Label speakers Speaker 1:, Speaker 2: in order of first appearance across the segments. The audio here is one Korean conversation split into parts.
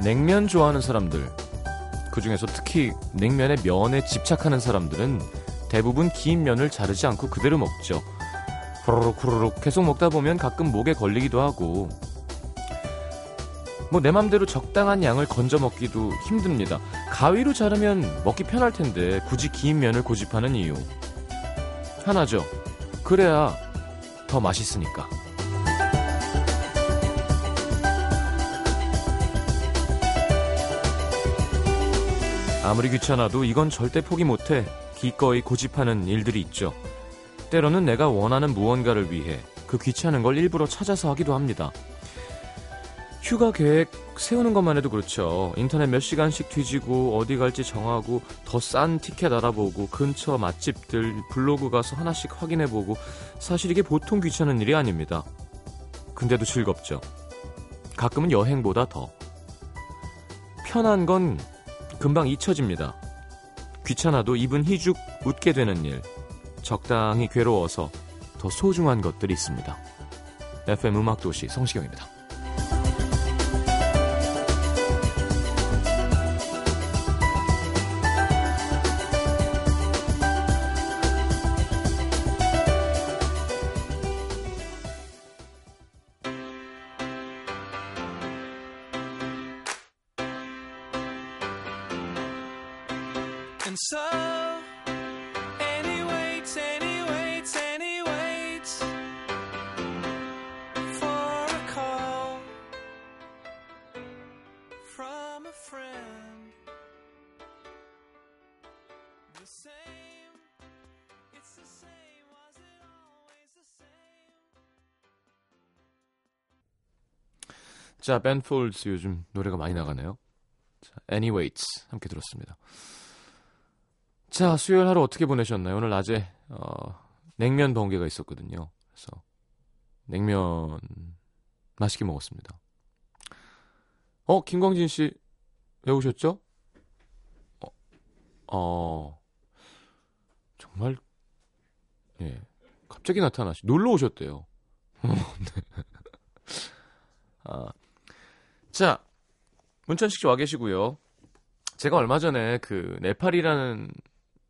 Speaker 1: 냉면 좋아하는 사람들, 그 중에서 특히 냉면의 면에 집착하는 사람들은 대부분 긴 면을 자르지 않고 그대로 먹죠. 후루룩 후루룩 계속 먹다 보면 가끔 목에 걸리기도 하고, 뭐 내 맘대로 적당한 양을 건져 먹기도 힘듭니다. 가위로 자르면 먹기 편할 텐데 굳이 긴 면을 고집하는 이유. 하나죠. 그래야 더 맛있으니까. 아무리 귀찮아도 이건 절대 포기 못해 기꺼이 고집하는 일들이 있죠. 때로는 내가 원하는 무언가를 위해 그 귀찮은 걸 일부러 찾아서 하기도 합니다. 휴가 계획 세우는 것만 해도 그렇죠. 인터넷 몇 시간씩 뒤지고 어디 갈지 정하고 더 싼 티켓 알아보고 근처 맛집들 블로그 가서 하나씩 확인해보고 사실 이게 보통 귀찮은 일이 아닙니다. 근데도 즐겁죠. 가끔은 여행보다 더 편한 건 금방 잊혀집니다. 귀찮아도 입은 희죽 웃게 되는 일. 적당히 괴로워서 더 소중한 것들이 있습니다. FM 음악도시 성시경입니다.
Speaker 2: And so, any waits, any waits, any waits for a call from a friend. The same, it's the same, was it always the same?
Speaker 1: 자, 벤 폴즈 요즘 노래가 많이 나가네요. 자, Anyways 함께 들었습니다. 자, 수요일 하루 어떻게 보내셨나요? 오늘 낮에 어, 냉면 번개가 있었거든요. 그래서 냉면 맛있게 먹었습니다. 어, 김광진 씨 왜 오셨죠? 어, 어, 정말 예, 갑자기 나타나시 놀러 오셨대요. 네. 아, 자, 문천식 씨와 계시고요. 제가 얼마 전에 그 네팔이라는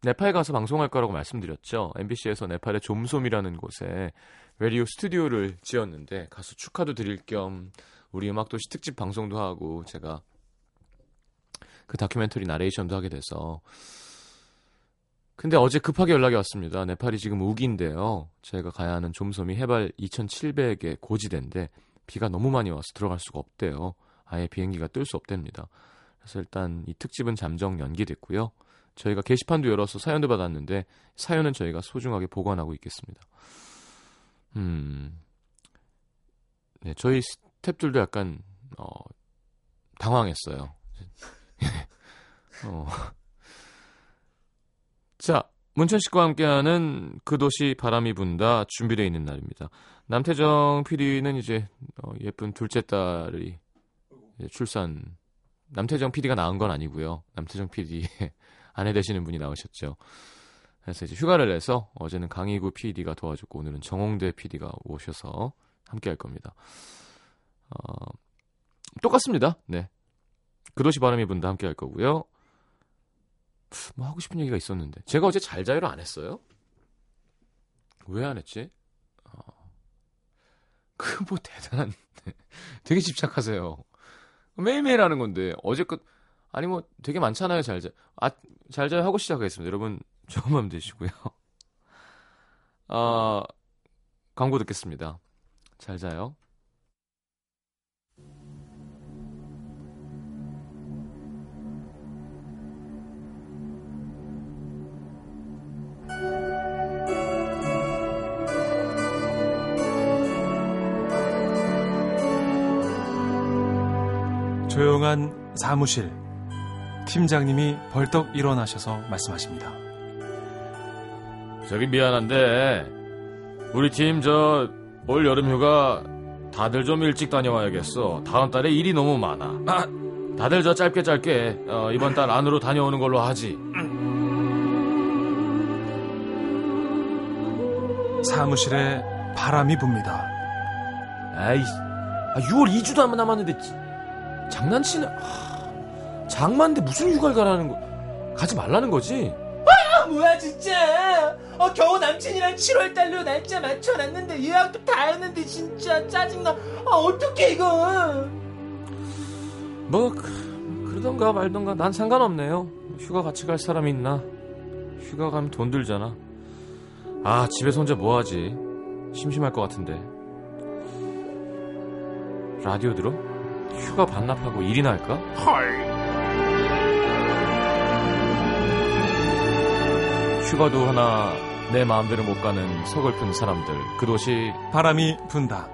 Speaker 1: 네팔 가서 방송할 거라고 말씀드렸죠. MBC에서 네팔의 좀솜이라는 곳에 라디오 스튜디오를 지었는데 가서 축하도 드릴 겸 우리 음악도시 특집 방송도 하고 제가 그 다큐멘터리 나레이션도 하게 돼서 근데 어제 급하게 연락이 왔습니다. 네팔이 지금 우기인데요. 제가 가야 하는 좀솜이 해발 2,700의 고지대인데 비가 너무 많이 와서 들어갈 수가 없대요. 아예 비행기가 뜰 수 없답니다. 그래서 일단 이 특집은 잠정 연기됐고요. 저희가 게시판도 열어서 사연도 받았는데 사연은 저희가 소중하게 보관하고 있겠습니다. 음, 네 저희 스탭들도 약간 어, 당황했어요. 어. 자 문천식과 함께하는 그 도시 바람이 분다 준비되어 있는 날입니다. 남태정 PD는 이제 어, 예쁜 둘째 딸이 이제 예, 출산 남태정 PD가 나은 건 아니고요. 남태정 PD의 아내 되시는 분이 나오셨죠. 그래서 이제 휴가를 내서 어제는 강희구 PD가 도와줬고 오늘은 정홍대 PD가 오셔서 함께 할 겁니다. 어, 똑같습니다. 네. 그 도시 바람이 분다 함께 할 거고요. 뭐 하고 싶은 얘기가 있었는데 제가 어제 잘 자요를 안 했어요? 왜 안 했지? 어, 그뭐 대단한 되게 집착하세요. 매일매일 하는 건데 어제껏 아니 뭐 되게 많잖아요 잘자 아 잘자 하고 시작하겠습니다 여러분 좋은 밤 되시고요 아 광고 듣겠습니다 잘 자요
Speaker 3: 조용한 사무실. 팀장님이 벌떡 일어나셔서 말씀하십니다.
Speaker 1: 저기 미안한데 우리 팀 저 올 여름 휴가 다들 좀 일찍 다녀와야겠어 다음 달에 일이 너무 많아
Speaker 3: 아,
Speaker 1: 다들 저 짧게 짧게 어, 이번 달 안으로 다녀오는 걸로 하지
Speaker 3: 사무실에 바람이 붑니다.
Speaker 1: 아이 아, 6월 2주도 안 남았는데 지- 장난치는 하, 장만데 무슨 휴가를 가라는 거 가지 말라는 거지?
Speaker 4: 아, 뭐야 진짜 어 겨우 남친이랑 7월 달로 날짜 맞춰놨는데 예약도 다 했는데 진짜 짜증나 아 어떡해 이거
Speaker 1: 뭐 그- 그러던가 말던가 난 상관없네요. 휴가 같이 갈 사람이 있나? 휴가 가면 돈 들잖아. 아 집에서 혼자 뭐하지? 심심할 것 같은데. 라디오 들어? 휴가 반납하고 일이나 할까? 휴가도 하나 내 마음대로 못 가는 서글픈 사람들 그 도시
Speaker 3: 바람이 분다.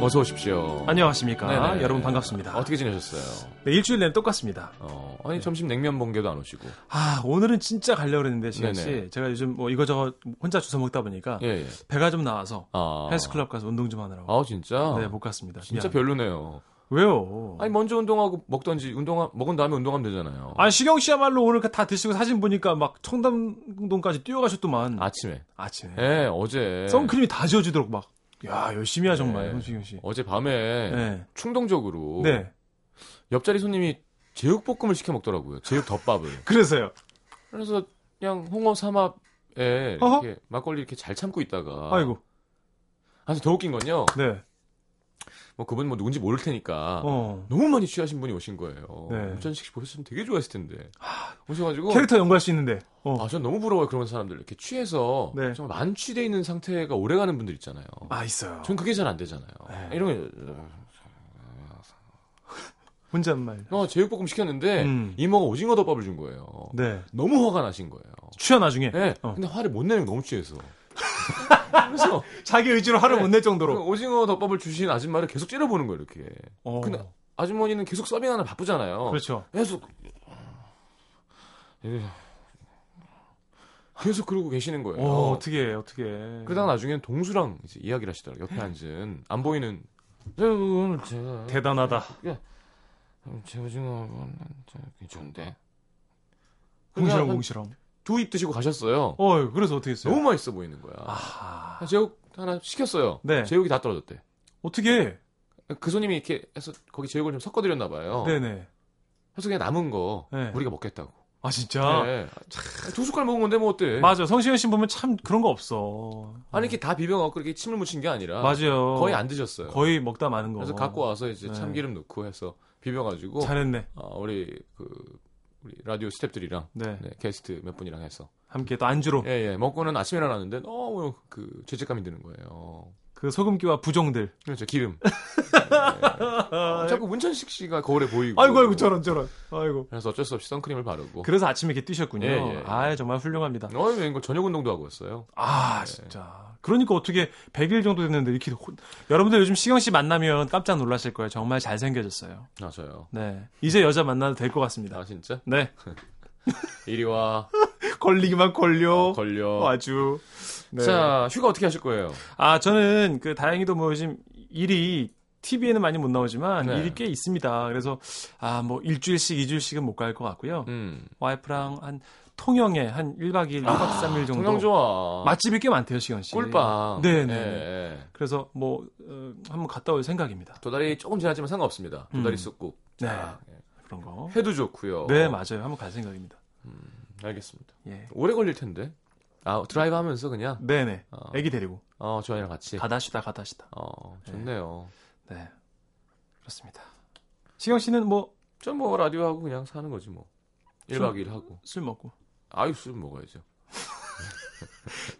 Speaker 1: 어서 오십시오.
Speaker 3: 안녕하십니까.
Speaker 1: 네네.
Speaker 3: 여러분 반갑습니다.
Speaker 1: 어떻게 지내셨어요?
Speaker 3: 네, 일주일 내내 똑같습니다.
Speaker 1: 어, 아니 점심 냉면 봉개도 안 오시고.
Speaker 3: 아, 오늘은 진짜 가려고 그랬는데, 지현
Speaker 1: 네네.
Speaker 3: 씨. 제가 요즘 뭐 이거저거 혼자 주워 먹다 보니까
Speaker 1: 예. 예.
Speaker 3: 배가 좀 나와서
Speaker 1: 아.
Speaker 3: 아, 헬스클럽 가서 운동 좀 하느라고.
Speaker 1: 아 진짜.
Speaker 3: 네, 못 갔습니다.
Speaker 1: 진짜
Speaker 3: 미안.
Speaker 1: 별로네요.
Speaker 3: 왜요?
Speaker 1: 아니 먼저 운동하고 먹던지 운동 먹은 다음에 운동하면 되잖아요.
Speaker 3: 아니, 시경 씨야말로 오늘 그 다 드시고 사진 보니까 막 청담동까지 뛰어가셨더만.
Speaker 1: 아침에.
Speaker 3: 아침에.
Speaker 1: 예, 어제.
Speaker 3: 선크림이 다 지워지도록 막. 야, 열심히 하, 정말.
Speaker 1: 네.
Speaker 3: 홍시경 씨.
Speaker 1: 어제 예. 밤에
Speaker 3: 네.
Speaker 1: 충동적으로
Speaker 3: 네.
Speaker 1: 옆자리 손님이 제육볶음을 시켜 먹더라고요. 제육 덮밥을.
Speaker 3: 그래서요.
Speaker 1: 그래서 그냥 홍어 삼합에
Speaker 3: 어허.
Speaker 1: 이렇게 막걸리 이렇게 잘 참고 있다가
Speaker 3: 아이고.
Speaker 1: 사실 더 웃긴 건요.
Speaker 3: 네.
Speaker 1: 뭐 그분 뭐 누군지 모를 테니까
Speaker 3: 어.
Speaker 1: 너무 많이 취하신 분이 오신 거예요.
Speaker 3: 네.
Speaker 1: 우천식 씨 보셨으면 되게 좋아했을 텐데. 오셔가지고
Speaker 3: 캐릭터 연구할 수 있는데. 어.
Speaker 1: 아, 전 너무 부러워요. 그런 사람들. 이렇게 취해서
Speaker 3: 네.
Speaker 1: 정말 만취돼 있는 상태가 오래 가는 분들 있잖아요.
Speaker 3: 아, 있어요.
Speaker 1: 전 그게 잘 안 되잖아요. 어,
Speaker 3: 네.
Speaker 1: 이러면
Speaker 3: 혼잣말.
Speaker 1: 어, 제육볶음 시켰는데
Speaker 3: 그렇죠. 음.
Speaker 1: 이모가 오징어 덮밥을 준 거예요.
Speaker 3: 네.
Speaker 1: 너무 화가 나신 거예요.
Speaker 3: 취하 나중에.
Speaker 1: 예.
Speaker 3: 어.
Speaker 1: 근데 화를 못 내는 거 너무 취해서. 그래서
Speaker 3: 자기 의지로 화를
Speaker 1: 네.
Speaker 3: 못 낼
Speaker 1: 그
Speaker 3: 정도로.
Speaker 1: 오징어 덮밥을 주신 아줌마를 계속 째려보는 거예요. 이렇게.
Speaker 3: 어.
Speaker 1: 근데 아주머니는 계속 서빙하나 바쁘잖아요.
Speaker 3: 그렇죠.
Speaker 1: 계속 예. 계속 그러고 계시는 거예요.
Speaker 3: 어, 어떻게 해, 어떻게 해.
Speaker 1: 그러다가 나중엔 동수랑 이제 이야기를 하시더라고요. 옆에 앉은 안 보이는 네, 오늘 제가
Speaker 3: 네. 대단하다.
Speaker 1: 예. 제 오징어 괜찮은데
Speaker 3: 공시렁
Speaker 1: 그냥
Speaker 3: 공시렁.
Speaker 1: 두입 드시고 가셨어요.
Speaker 3: 어, 그래서 어떻게 했어요?
Speaker 1: 너무 맛있어 보이는 거야.
Speaker 3: 아.
Speaker 1: 제육 하나 시켰어요.
Speaker 3: 네.
Speaker 1: 제육이 다 떨어졌대.
Speaker 3: 어떻게 해?
Speaker 1: 그 손님이 이렇게 해서 거기 제육을 좀 섞어드렸나 봐요.
Speaker 3: 네네.
Speaker 1: 그래서 그냥 남은 거
Speaker 3: 네.
Speaker 1: 우리가 먹겠다고.
Speaker 3: 아, 진짜?
Speaker 1: 네. 두 숟갈 먹은 건데 뭐 어때?
Speaker 3: 맞아. 성시현 씨 보면 참 그런 거 없어.
Speaker 1: 아니 이렇게 다 비벼갖고 그렇게 침을 묻힌 게 아니라
Speaker 3: 맞아요.
Speaker 1: 거의 안 드셨어요.
Speaker 3: 거의 먹다 마는 거.
Speaker 1: 그래서 갖고 와서 이제
Speaker 3: 네.
Speaker 1: 참기름 넣고 해서 비벼가지고
Speaker 3: 잘했네.
Speaker 1: 아, 우리 그 우리 라디오 스탭들이랑
Speaker 3: 네.
Speaker 1: 네, 게스트 몇 분이랑 해서
Speaker 3: 함께 또 안주로
Speaker 1: 예예 먹고는 아침에 일어났는데 너무 그 죄책감이 드는 거예요.
Speaker 3: 그 소금기와 부종들.
Speaker 1: 그렇죠 기름. 예. 자꾸 문천식 씨가 거울에 보이고.
Speaker 3: 아, 아이고 아이고 저런 저런. 아이고.
Speaker 1: 그래서 어쩔 수 없이 선크림을 바르고.
Speaker 3: 그래서 아침에 이렇게 뛰셨군요.
Speaker 1: 예, 예.
Speaker 3: 아, 정말 훌륭합니다.
Speaker 1: 어, 이거 저녁 운동도 하고 왔어요.
Speaker 3: 아, 진짜. 그러니까 어떻게 100일 정도 됐는데 이렇게 호- 여러분들 요즘 시경 씨 만나면 깜짝 놀라실 거예요. 정말 잘생겨졌어요.
Speaker 1: 아 저요.
Speaker 3: 네. 이제 여자 만나도 될 것 같습니다.
Speaker 1: 아 진짜?
Speaker 3: 네.
Speaker 1: 이리 와
Speaker 3: 걸리기만 걸려.
Speaker 1: 어, 걸려.
Speaker 3: 어? 아주. 네.
Speaker 1: 자 휴가 어떻게 하실 거예요?
Speaker 3: 아, 저는 그 다행히도 뭐 요즘 일이 TV에는 많이 못 나오지만
Speaker 1: 네.
Speaker 3: 일이 꽤 있습니다. 그래서 아, 뭐 일주일씩, 이주일씩은 못 갈 것 같고요.
Speaker 1: 음.
Speaker 3: 와이프랑 한 통영에 한 1박 2일, 1박 3일 정도
Speaker 1: 아, 통영 좋아.
Speaker 3: 맛집이 꽤 많대요, 시경 씨.
Speaker 1: 꿀빵.
Speaker 3: 네,
Speaker 1: 예,
Speaker 3: 네.
Speaker 1: 예.
Speaker 3: 그래서 뭐 어, 한번 갔다 올 생각입니다.
Speaker 1: 도다리 조금 지났지만 상관없습니다. 도다리
Speaker 3: 음.
Speaker 1: 쑥국.
Speaker 3: 네.
Speaker 1: 자, 어. 예.
Speaker 3: 그런 거.
Speaker 1: 회도 좋고요.
Speaker 3: 네, 맞아요. 한번 갈 생각입니다.
Speaker 1: 알겠습니다.
Speaker 3: 예.
Speaker 1: 오래 걸릴 텐데. 아 드라이브 하면서 그냥
Speaker 3: 네, 네.
Speaker 1: 어,
Speaker 3: 아기 데리고
Speaker 1: 어 저희랑 같이.
Speaker 3: 가다 쉬다 가다 쉬다.
Speaker 1: 어 좋네요.
Speaker 3: 네. 그렇습니다. 시경 씨는 뭐 술
Speaker 1: 전 뭐 라디오 하고 그냥 사는 거지 뭐. 1박 2일 하고.
Speaker 3: 먹고
Speaker 1: 아유 술 먹어야죠.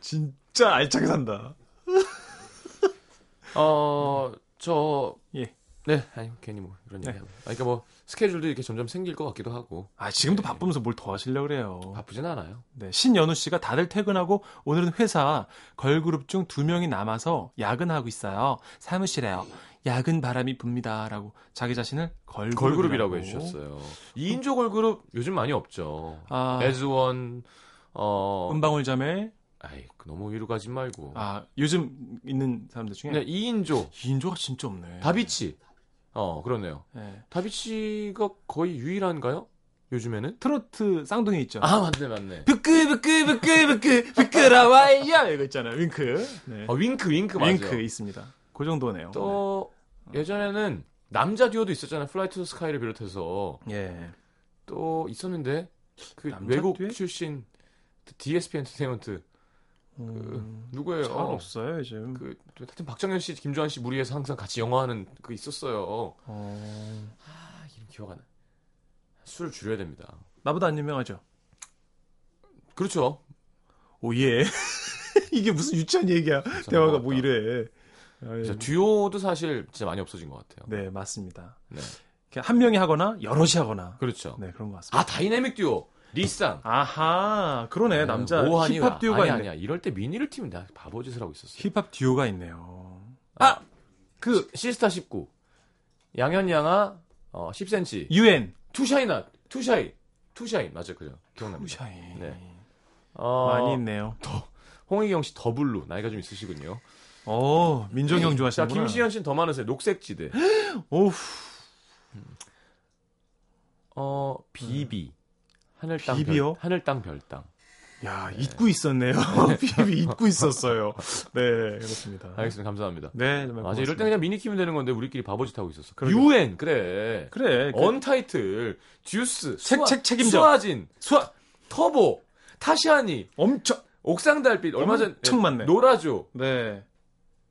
Speaker 3: 진짜 알차게 산다.
Speaker 1: 어 저.
Speaker 3: 예.
Speaker 1: 네, 아니 괜히 뭐 이런
Speaker 3: 네.
Speaker 1: 얘기. 하고. 아, 그러니까 뭐 스케줄도 이렇게 점점 생길 것 같기도 하고
Speaker 3: 아, 지금도
Speaker 1: 네.
Speaker 3: 바쁘면서 뭘 더 하시려고 그래요.
Speaker 1: 바쁘진 않아요.
Speaker 3: 네. 신연우 씨가 다들 퇴근하고 오늘은 회사 걸그룹 중 두 명이 남아서 야근하고 있어요. 사무실에요. 야근 바람이 붑니다라고 자기 자신을 걸그룹이라고,
Speaker 1: 걸그룹이라고 해주셨어요. 2인조 걸그룹 요즘 많이 없죠.
Speaker 3: 아,
Speaker 1: 에즈원 어
Speaker 3: 은방울 자매
Speaker 1: 아이 그 너무 위로 가지 말고 네,
Speaker 3: 아, 예. 요즘 있는 사람들 중에
Speaker 1: 그냥 2인조
Speaker 3: 인조가 진짜 없네.
Speaker 1: 다비치 어 그러네요
Speaker 3: 네.
Speaker 1: 다비치가 거의 유일한가요? 요즘에는?
Speaker 3: 트로트 쌍둥이 있죠.
Speaker 1: 아, 맞네, 맞네.
Speaker 3: 부끄부끄부끄부끄 부끄러워요 이거 있잖아요. 윙크. 네.
Speaker 1: 아, 윙크, 윙크 맞아요.
Speaker 3: 윙크 있습니다. 그 정도네요.
Speaker 1: 또, 예전에는 남자 듀오도 있었잖아요. 플라이 투 스카이를 비롯해서.
Speaker 3: 네. 예.
Speaker 1: 또 있었는데, 그
Speaker 3: 남자
Speaker 1: 외국
Speaker 3: 듀엣?
Speaker 1: 출신 DSP 엔터테인먼트.
Speaker 3: 음,
Speaker 1: 누구예요?
Speaker 3: 잘 없어요 요즘.
Speaker 1: 그, 하여튼 박정현 씨, 김조한 씨 무리해서 항상 같이 영화하는 그 있었어요.
Speaker 3: 어,
Speaker 1: 아, 이름 기억 안 나. 술을 줄여야 됩니다.
Speaker 3: 나보다 안 유명하죠.
Speaker 1: 그렇죠.
Speaker 3: 오 예. 이게 무슨 유치한 얘기야. 대화가 뭐
Speaker 1: 맞다.
Speaker 3: 이래. 아, 예.
Speaker 1: 진짜 듀오도 사실 진짜 많이 없어진 것 같아요.
Speaker 3: 네 맞습니다.
Speaker 1: 네.
Speaker 3: 그냥 한 명이 하거나 여럿이 하거나.
Speaker 1: 그렇죠.
Speaker 3: 네 그런 것 같습니다.
Speaker 1: 아, 다이내믹 듀오. 리쌍.
Speaker 3: 아하 그러네 남자
Speaker 1: 오한이
Speaker 3: 힙합 듀오가
Speaker 1: 뭐 아니,
Speaker 3: 있네.
Speaker 1: 아니야. 이럴 때 미니를 튀면 내가 바보짓을 하고 있었어.
Speaker 3: 힙합 듀오가 있네요.
Speaker 1: 아! 그 시스타 19. 양현양아 어, 10cm.
Speaker 3: UN
Speaker 1: 투샤이나 투샤이. 투샤이 맞아 그죠. 기억납니다.
Speaker 3: 샤이
Speaker 1: 네. 어,
Speaker 3: 많이 있네요.
Speaker 1: 홍희경 씨 더블루 나이가 좀 있으시군요.
Speaker 3: 오 어, 민정형
Speaker 1: 자,
Speaker 3: 좋아하시는구나.
Speaker 1: 김시현 씨는 더 많으세요. 녹색지대.
Speaker 3: 오우
Speaker 1: 어, 비비. 하늘 땅
Speaker 3: 비비요?
Speaker 1: 별, 하늘 땅 별땅.
Speaker 3: 야 잊고 있었네요. 비비 잊고 있었어요. 네 그렇습니다.
Speaker 1: 알겠습니다. 감사합니다.
Speaker 3: 네 정말
Speaker 1: 맞아. 이럴
Speaker 3: 고맙습니다.
Speaker 1: 때 그냥 미니 키면 되는 건데 우리끼리 바보짓 하고 있었어.
Speaker 3: 그러게.
Speaker 1: UN 그래.
Speaker 3: 그래 그-
Speaker 1: 언타이틀, 듀스,
Speaker 3: 책-
Speaker 1: 수아-
Speaker 3: 책 책임져.
Speaker 1: 수아진,
Speaker 3: 수학
Speaker 1: 터보, 타샤니,
Speaker 3: 엄청
Speaker 1: 옥상달빛 얼마 전
Speaker 3: 엄청
Speaker 1: 예,
Speaker 3: 많네.
Speaker 1: 노라조.
Speaker 3: 네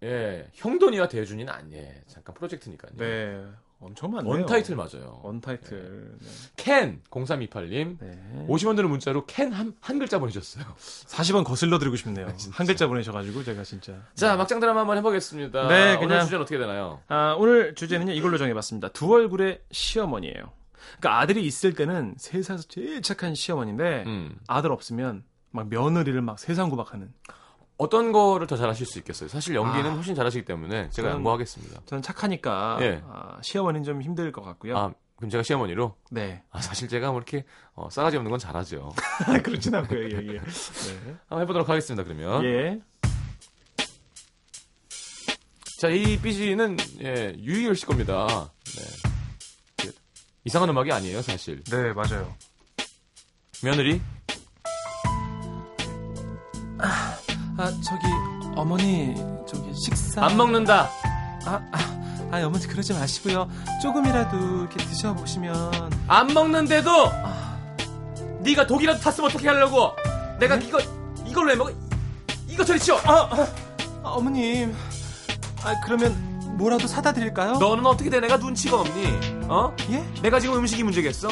Speaker 1: 예. 형돈이와 대준이는 아니에. 잠깐 프로젝트니까요.
Speaker 3: 네. 엄청 많네요.
Speaker 1: 예. 언타이틀 네. 맞아요.
Speaker 3: 언타이틀.
Speaker 1: 캔 0328님.
Speaker 3: 네.
Speaker 1: 50원 드는 문자로 캔 한 한 글자 보내셨어요.
Speaker 3: 40원 거슬러 드리고 싶네요. 한 글자 보내셔가지고 제가 진짜.
Speaker 1: 아, 자, 막장 드라마 한번 해보겠습니다.
Speaker 3: 네,
Speaker 1: 오늘
Speaker 3: 그냥-
Speaker 1: 주제는 어떻게 되나요?
Speaker 3: 아, 오늘 주제는요 이걸로 정해봤습니다. 두 얼굴의 시어머니예요. 그러니까 아들이 있을 때는 세상에서 제일 착한 시어머니인데
Speaker 1: 음.
Speaker 3: 아들 없으면 막 며느리를 막 세상 구박하는.
Speaker 1: 어떤 거를 더 잘하실 수 있겠어요? 사실 연기는
Speaker 3: 아.
Speaker 1: 훨씬 잘하시기 때문에 제가
Speaker 3: 저는-
Speaker 1: 양보하겠습니다.
Speaker 3: 저는 착하니까
Speaker 1: 예.
Speaker 3: 아, 시어머니는 좀 힘들 것 같고요.
Speaker 1: 아, 그럼 제가 시어머니로?
Speaker 3: 네,
Speaker 1: 아, 사실 제가 뭐 이렇게 어, 싸가지 없는 건 잘하죠.
Speaker 3: 그렇진 않고요. 예, 예. 네.
Speaker 1: 한번 해보도록 하겠습니다, 그러면.
Speaker 3: 예.
Speaker 1: 자, 이 삐지는 예, 유희열 씨 겁니다. 네. 이상한 음악이 아니에요, 사실.
Speaker 3: 네, 맞아요.
Speaker 1: 며느리?
Speaker 3: 아, 저기 어머니 저기 식사
Speaker 1: 안 먹는다!
Speaker 3: 아, 아, 아, 어머니 그러지 마시고요. 조금이라도 이렇게 드셔보시면 아,
Speaker 1: 안 먹는데도! 네가 독이라도 탔으면 어떻게 하려고! 내가 이거, 이걸 왜 먹어? 이거 어, 저리 치워!
Speaker 3: 아, 아, 아, 어머님. 아, 그러면 뭐라도 사다 드릴까요?
Speaker 1: 너는 어떻게 돼? 내가 눈치가 없니? 어?
Speaker 3: 예?
Speaker 1: 내가 지금 음식이 문제겠어?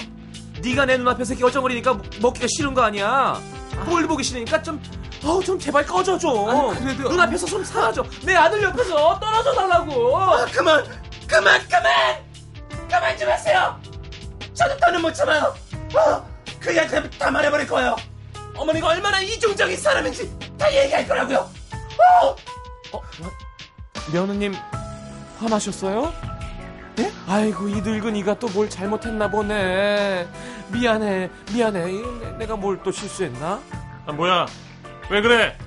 Speaker 1: 네가 내 눈앞에서 이렇게 어쩡거리니까 먹기가 싫은 거 아니야? 꼴 보기 싫으니까 좀, 어우, 좀 제발 꺼져 좀.
Speaker 3: 아니, 그래도-
Speaker 1: 눈앞에서 좀 사라져. 내 아들 옆에서 떨어져 달라고.
Speaker 4: 그만 그만 그만 그만 좀 하세요 저도 더는 못 참아요 아, 그냥 다, 다 말해버릴 거예요 어머니가 얼마나 이중적인 사람인지 다 얘기할 거라고요 어,
Speaker 1: 며느님, 화나셨어요? 네? 아이고, 이 늙은 이가 또 뭘 잘못했나 보네. 미안해, 미안해. 내가 뭘 또 실수했나?
Speaker 3: 아, 뭐야? 왜 그래?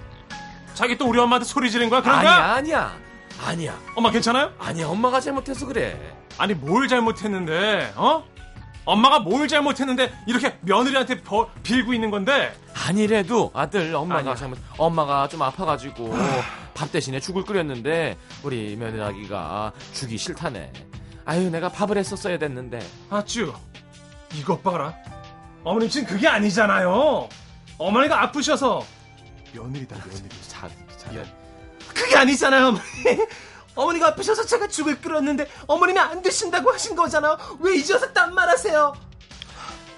Speaker 3: 자기 또 우리 엄마한테 소리 지른 거야? 그런 거야?
Speaker 1: 아니야, 아니야. 아니야,
Speaker 3: 엄마 괜찮아요?
Speaker 1: 아니야. 엄마가 잘못해서 그래.
Speaker 3: 아니 뭘 잘못했는데? 어? 엄마가 뭘 잘못했는데 이렇게 며느리한테 버- 빌고 있는 건데?
Speaker 1: 아니래도 아들 엄마가
Speaker 3: 아니야.
Speaker 1: 잘못 엄마가 좀 아파가지고 밥 대신에 죽을 끓였는데 우리 며느라기가 죽이 싫다네. 아유 내가 밥을 했었어야 됐는데.
Speaker 3: 아쭈, 이것 봐라. 어머님 지금 그게 아니잖아요. 어머니가 아프셔서 며느리다 며느리.
Speaker 1: 자, 자.
Speaker 4: 그게 아니잖아요 어머니 어머니가 아프셔서 제가 죽을 끓였는데 어머님이 안 드신다고 하신 거잖아요 왜 잊어서 딴 말하세요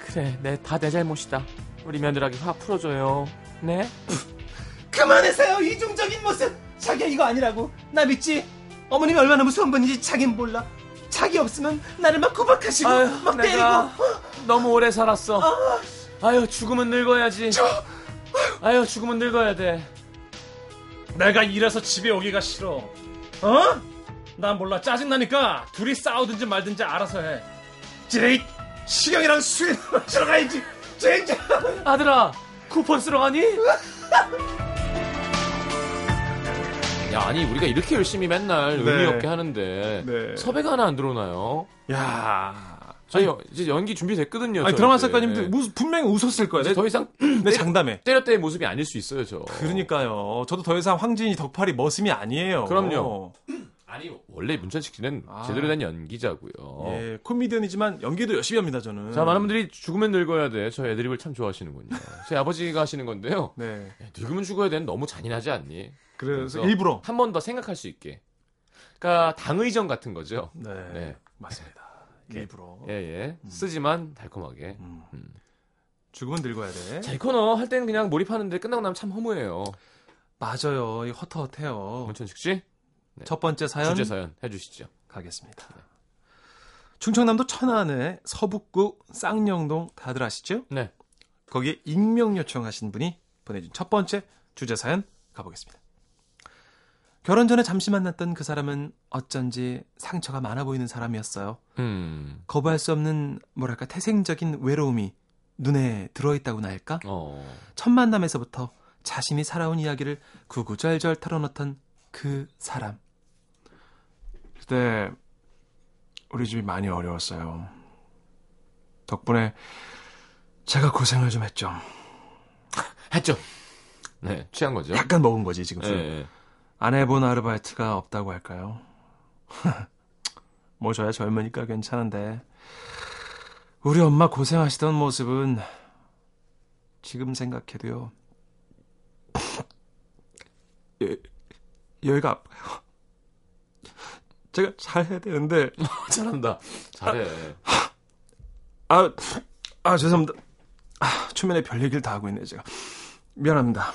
Speaker 1: 그래 내 다 내 잘못이다. 우리 며느라기 화 풀어줘요. 네?
Speaker 4: 그만하세요 이중적인 모습 자기야 이거 아니라고 나 믿지 어머님이 얼마나 무서운 분인지 자긴 몰라 자기 없으면 나를 막 구박하시고
Speaker 1: 아유,
Speaker 4: 막
Speaker 1: 내가
Speaker 4: 때리고
Speaker 1: 너무 오래 살았어. 아유 죽으면 늙어야지. 아유 죽으면 늙어야 돼.
Speaker 3: 내가 일해서 집에 오기가 싫어. 어? 난 몰라 짜증 나니까 둘이 싸우든지 말든지 알아서 해.
Speaker 4: 제이 시경이랑 수인 들어가야지 젠장
Speaker 1: 아들아 쿠폰 쓰러 가니? 야 아니 우리가 이렇게 열심히 맨날
Speaker 3: 네.
Speaker 1: 의미 없게 하는데
Speaker 3: 네.
Speaker 1: 섭외가 하나 안 들어오나요?
Speaker 3: 야,
Speaker 1: 저희 여- 이제 연기 준비됐거든요.
Speaker 3: 아니
Speaker 1: 저
Speaker 3: 드라마 뭐-
Speaker 1: 이제.
Speaker 3: 작가님도
Speaker 1: 예.
Speaker 3: 웃- 분명히 웃었을 거야.
Speaker 1: 이제
Speaker 3: 내,
Speaker 1: 더 이상
Speaker 3: 내 장담해.
Speaker 1: 때려 때의 모습이 아닐 수 있어요, 저.
Speaker 3: 그러니까요. 저도 더 이상 황진이 덕팔이 머슴이 아니에요.
Speaker 1: 그럼요. 아니 원래 문천식 씨는
Speaker 3: 아.
Speaker 1: 제대로 된 연기자고요.
Speaker 3: 예, 코미디언이지만 연기도 열심히 합니다. 저는.
Speaker 1: 자, 많은 분들이 죽으면 늙어야 돼. 저 애드립을 참 좋아하시는군요. 제 아버지가 하시는 건데요.
Speaker 3: 네.
Speaker 1: 야, 늙으면 죽어야 되는 너무 잔인하지 않니?
Speaker 3: 그래서, 예.
Speaker 1: 그래서-
Speaker 3: 일부러.
Speaker 1: 한 번 더 생각할 수 있게. 그러니까 당의전 같은 거죠.
Speaker 3: 네.
Speaker 1: 네.
Speaker 3: 맞습니다. 일부러.
Speaker 1: 예, 예. 쓰지만 달콤하게.
Speaker 3: 음.
Speaker 1: 음.
Speaker 3: 죽으면 늙어야 돼.
Speaker 1: 자, 이 코너 할 때는 그냥 몰입하는데 끝나고 나면 참 허무해요.
Speaker 3: 맞아요. 이 허터허태요.
Speaker 1: 문천식 씨,
Speaker 3: 첫 번째 사연
Speaker 1: 주제 사연 해주시죠.
Speaker 3: 가겠습니다. 충청남도 천안의 서북구 쌍령동 다들 아시죠?
Speaker 1: 네.
Speaker 3: 거기에 익명 요청하신 분이 보내준 첫 번째 주제 사연 가보겠습니다. 결혼 전에 잠시 만났던 그 사람은 어쩐지 상처가 많아 보이는 사람이었어요.
Speaker 1: 음,
Speaker 3: 거부할 수 없는 뭐랄까 태생적인 외로움이 눈에 들어있다고나 할까?
Speaker 1: 어,
Speaker 3: 첫 만남에서부터 자신이 살아온 이야기를 구구절절 털어놓던 그 사람. 그때 우리 집이 많이 어려웠어요. 덕분에 제가 고생을 좀 했죠.
Speaker 1: 했죠. 네, 취한 거죠.
Speaker 3: 약간 먹은 거지 지금.
Speaker 1: 예, 예.
Speaker 3: 안 해본 아르바이트가 없다고 할까요? 뭐 저야 젊으니까 괜찮은데 우리 엄마 고생하시던 모습은 지금 생각해도요 여, 예, 여기가 아파요 제가 잘해야 되는데
Speaker 1: 잘한다. 잘해.
Speaker 3: 아, 아 죄송합니다 아, 초면에 별 얘기를 다 하고 있네 제가 미안합니다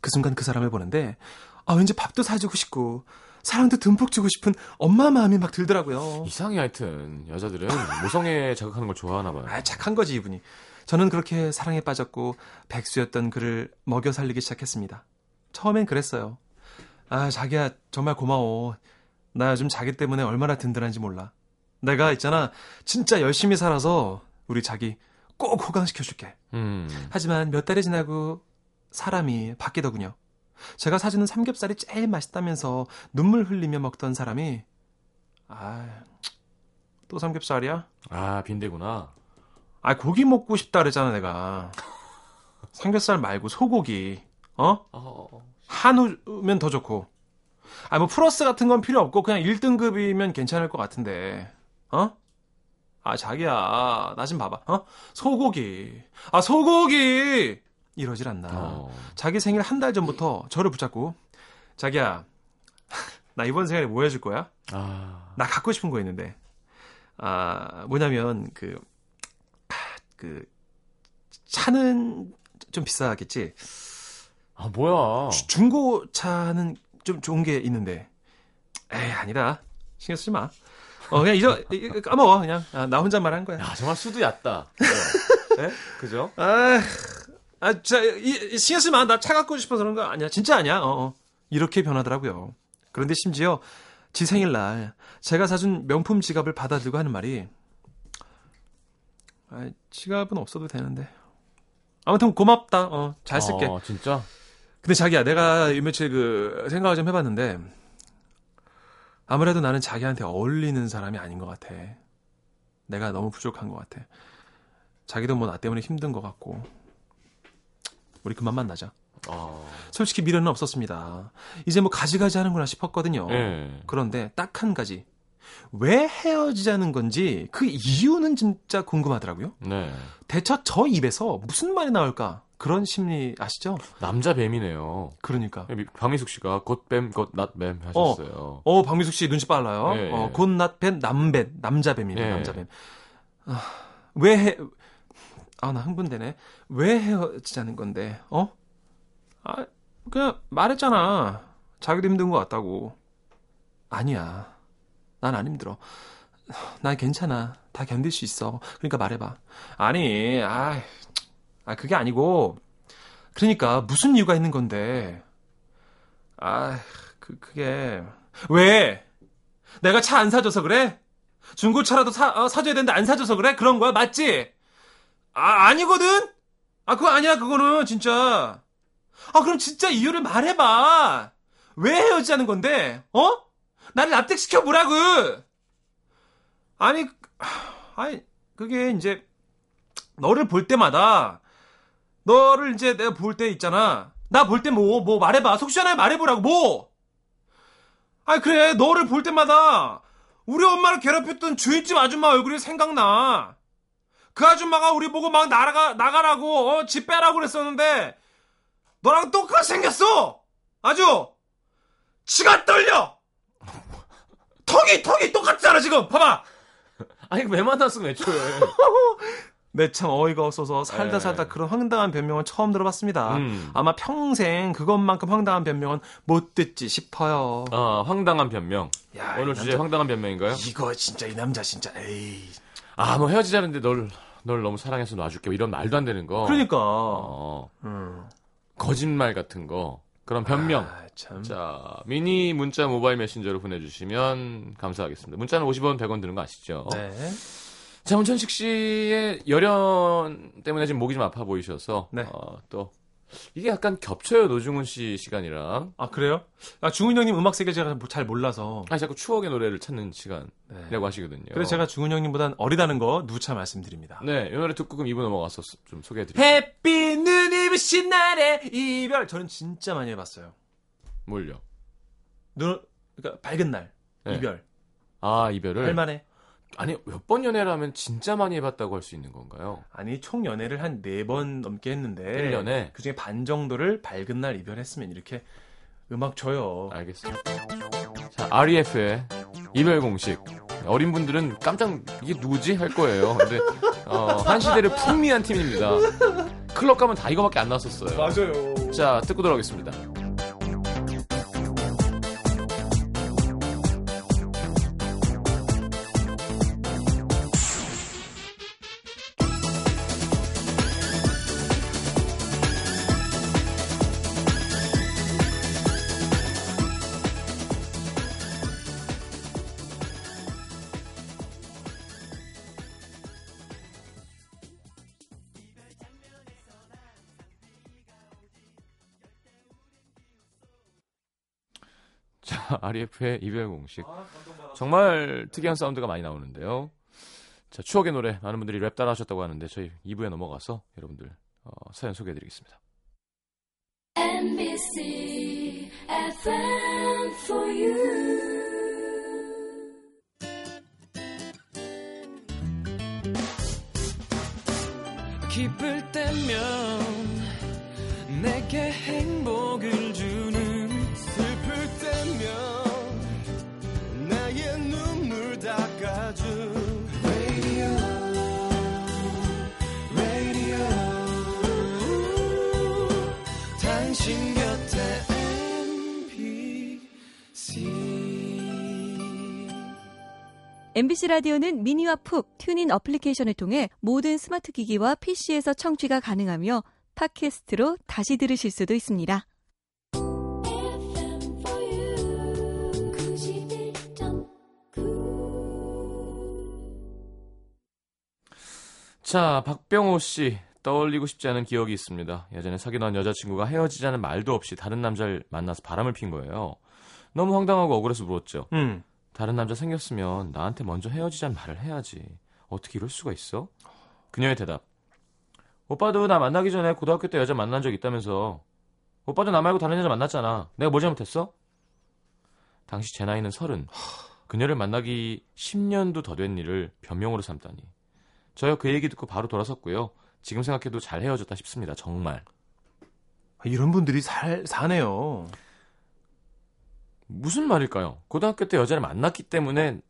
Speaker 3: 그 순간 그 사람을 보는데 아 왠지 밥도 사주고 싶고 사랑도 듬뿍 주고 싶은 엄마 마음이 막 들더라고요
Speaker 1: 이상해 하여튼 여자들은 모성애 자극하는 걸 좋아하나 봐요.
Speaker 3: 아, 착한 거지, 이분이. 저는 그렇게 사랑에 빠졌고 백수였던 그를 먹여 살리기 시작했습니다. 처음엔 그랬어요. 아, 자기야, 정말 고마워. 나 요즘 자기 때문에 얼마나 든든한지 몰라. 내가 있잖아, 진짜 열심히 살아서 우리 자기 꼭 호강시켜줄게.
Speaker 1: 음,
Speaker 3: 하지만 몇 달이 지나고 사람이 바뀌더군요. 제가 사주는 삼겹살이 제일 맛있다면서 눈물 흘리며 먹던 사람이, 아, 또 삼겹살이야?
Speaker 1: 아 빈대구나.
Speaker 3: 아 고기 먹고 싶다 그랬잖아 내가 삼겹살 말고 소고기 어
Speaker 1: 어,
Speaker 3: 한우면 더 좋고 아 뭐 플러스 같은 건 필요 없고 그냥 1등급이면 괜찮을 것 같은데 어 아 자기야 나 좀 봐봐 어 소고기 아 소고기 이러질 않나
Speaker 1: 어.
Speaker 3: 자기 생일 한 달 전부터 저를 붙잡고 자기야 나 이번 생일에 뭐 해줄 거야
Speaker 1: 아,
Speaker 3: 나 갖고 싶은 거 있는데 아 뭐냐면 그 그 차는 좀 비싸겠지
Speaker 1: 아 뭐야?
Speaker 3: 주- 중고차는 좀 좋은 게 있는데 에이 아니다 신경 쓰지 마 어, 그냥 잊어 이- 이- 까먹어 그냥 아, 나 혼잣말 한 거야
Speaker 1: 야 정말 수도 얕다. 네? 그죠?
Speaker 3: 아, 아 진짜 이, 이- 신경 쓰지 마나 차 갖고 싶어서 그런 거 아니야 진짜 아니야 어, 어. 이렇게 변하더라고요 그런데 심지어 지 생일날 제가 사준 명품 지갑을 받아들고 하는 말이 아, 지갑은 없어도 되는데 아무튼 고맙다 어, 잘 쓸게
Speaker 1: 어, 진짜?
Speaker 3: 근데 자기야 내가 이 며칠 그 생각을 좀 해봤는데 아무래도 나는 자기한테 어울리는 사람이 아닌 것 같아 내가 너무 부족한 것 같아 자기도 뭐 나 때문에 힘든 것 같고 우리 그만 만나자
Speaker 1: 어.
Speaker 3: 솔직히 미련은 없었습니다 이제 뭐 가지가지 하는구나 싶었거든요
Speaker 1: 예.
Speaker 3: 그런데 딱 한 가지. 왜 헤어지자는 건지 그 이유는 진짜 궁금하더라고요.
Speaker 1: 네.
Speaker 3: 대체 저 입에서 무슨 말이 나올까? 그런 심리 아시죠?
Speaker 1: 남자 뱀이네요.
Speaker 3: 그러니까.
Speaker 1: 예, 박미숙 씨가 곧뱀 곧낫뱀 어. 하셨어요.
Speaker 3: 어, 박미숙 씨 눈치 빨라요.
Speaker 1: 예, 예.
Speaker 3: 어, 곧낫 뱀, 남뱀, 남자뱀입니다.
Speaker 1: 예.
Speaker 3: 남자뱀. 아, 왜 헤, 아, 나 흥분되네. 왜 헤어지자는 건데, 어? 아, 그냥 말했잖아. 자기도 힘든 것 같다고. 아니야. 난 안 힘들어. 나 괜찮아. 다 견딜 수 있어. 그러니까 말해봐. 아니, 아, 아 그게 아니고. 그러니까 무슨 이유가 있는 건데. 아, 그 그게 왜? 내가 차 안 사줘서 그래? 중고차라도 사 어, 사줘야 되는데 안 사줘서 그래? 그런 거야 맞지? 아 아니거든. 아 그거 아니야 그거는 진짜. 아 그럼 진짜 이유를 말해봐. 왜 헤어지자는 건데? 어? 나를 납득시켜 보라고. 아니, 아니 그게 이제 너를 볼 때마다 너를 이제 내가 볼 때 있잖아. 나 볼 때 뭐 뭐 말해봐. 속 시원하게 말해보라고 뭐. 아 그래 너를 볼 때마다 우리 엄마를 괴롭혔던 주인집 아줌마 얼굴이 생각나. 그 아줌마가 우리 보고 막 나가 나가라고 어, 집 빼라고 그랬었는데 너랑 똑같이 생겼어. 아주 지가 떨려. 턱이 턱이 똑같잖아 지금. 봐봐.
Speaker 1: 아니 왜 만났으면 애초에
Speaker 3: 내 네, 참 어이가 없어서 살다
Speaker 1: 네.
Speaker 3: 살다 그런 황당한 변명은 처음 들어봤습니다.
Speaker 1: 음.
Speaker 3: 아마 평생 그것만큼 황당한 변명은 못 듣지 싶어요.
Speaker 1: 아, 황당한 변명
Speaker 3: 야,
Speaker 1: 오늘
Speaker 3: 이
Speaker 1: 주제
Speaker 3: 남자-
Speaker 1: 황당한 변명인가요?
Speaker 3: 이거 진짜 이 남자 진짜 에이.
Speaker 1: 아 뭐 헤어지자는데 널, 널 너무 사랑해서 놔줄게 뭐 이런 말도 안 되는 거
Speaker 3: 그러니까.
Speaker 1: 어,
Speaker 3: 음.
Speaker 1: 거짓말 같은 거 그런 변명
Speaker 3: 아, 참.
Speaker 1: 자 미니 문자 모바일 메신저로 보내주시면 감사하겠습니다 문자는 50원 100원 드는 거 아시죠?
Speaker 3: 네.
Speaker 1: 자, 문천식 씨의 열연 때문에 지금 목이 좀 아파 보이셔서
Speaker 3: 네.
Speaker 1: 어, 또 이게 약간 겹쳐요 노중훈 씨 시간이랑
Speaker 3: 아 그래요? 아 중훈 형님 음악 세계 제가 뭐 잘 몰라서.
Speaker 1: 아 자꾸 추억의 노래를 찾는 시간이라고
Speaker 3: 네.
Speaker 1: 하시거든요.
Speaker 3: 그래서 제가 중훈 형님보단 어리다는 거 누차 말씀드립니다.
Speaker 1: 네, 이 노래 듣고 그럼 2부 넘어가서 좀 소개해드릴게요.
Speaker 3: 햇빛 눈이 부신 날의 이별. 저는 진짜 많이 해봤어요.
Speaker 1: 뭘요?
Speaker 3: 눈, 그러니까 밝은 날
Speaker 1: 네.
Speaker 3: 이별.
Speaker 1: 아 이별을
Speaker 3: 할만해.
Speaker 1: 아니 몇 번 연애를 하면 진짜 많이 해봤다고 할 수 있는 건가요?
Speaker 3: 아니 총 연애를 한 네 번 넘게 했는데
Speaker 1: 1년에
Speaker 3: 그중에 반 정도를 밝은 날 이별했으면 이렇게 음악 줘요.
Speaker 1: 아. 알겠습니다. 자, REF의 이별 공식. 어린 분들은 깜짝 이게 누구지 할 거예요. 근데 어, 한 시대를 풍미한 팀입니다. 클럽 가면 다 이거밖에 안 나왔었어요.
Speaker 3: 맞아요.
Speaker 1: 자, 듣고 돌아오겠습니다. 자, REF의 이별 공식. 정말 특이한 사운드가 많이 나오는데요. 자, 추억의 노래 많은 분들이 랩 따라 하셨다고 하는데 저희 2부에 넘어가서 여러분들 어, 사연 소개해 드리겠습니다.
Speaker 5: NBC FM for you.
Speaker 2: 기쁠 때면 내게 행복을 주는 슬플 때면 나의 눈물 닦아준 Radio Radio 당신 곁에 MBC
Speaker 6: MBC 라디오는 미니와 푹 튜닝 어플리케이션을 통해 모든 스마트 기기와 PC에서 청취가 가능하며 팟캐스트로 다시 들으실 수도 있습니다.
Speaker 5: FM for you. 91.9.
Speaker 1: 자, 박병호 씨. 떠올리고 싶지 않은 기억이 있습니다. 예전에 사귀던 여자친구가 헤어지자는 말도 없이 다른 남자를 만나서 바람을 핀 거예요. 너무 황당하고 억울해서 물었죠.
Speaker 3: 음.
Speaker 1: 다른 남자 생겼으면 나한테 먼저 헤어지자는 말을 해야지. 어떻게 이럴 수가 있어? 그녀의 대답. 오빠도 나 만나기 전에 고등학교 때 여자 만난 적 있다면서. 오빠도 나 말고 다른 여자 만났잖아. 내가 뭘 잘못했어? 당시 제 나이는 서른. 그녀를 만나기 10년도 더 된 일을 변명으로 삼다니. 저요 그 얘기 듣고 바로 돌아섰고요. 지금 생각해도 잘 헤어졌다 싶습니다. 정말.
Speaker 3: 아, 이런 분들이 살 사네요.
Speaker 1: 무슨 말일까요? 고등학교 때 여자를 만났기 때문에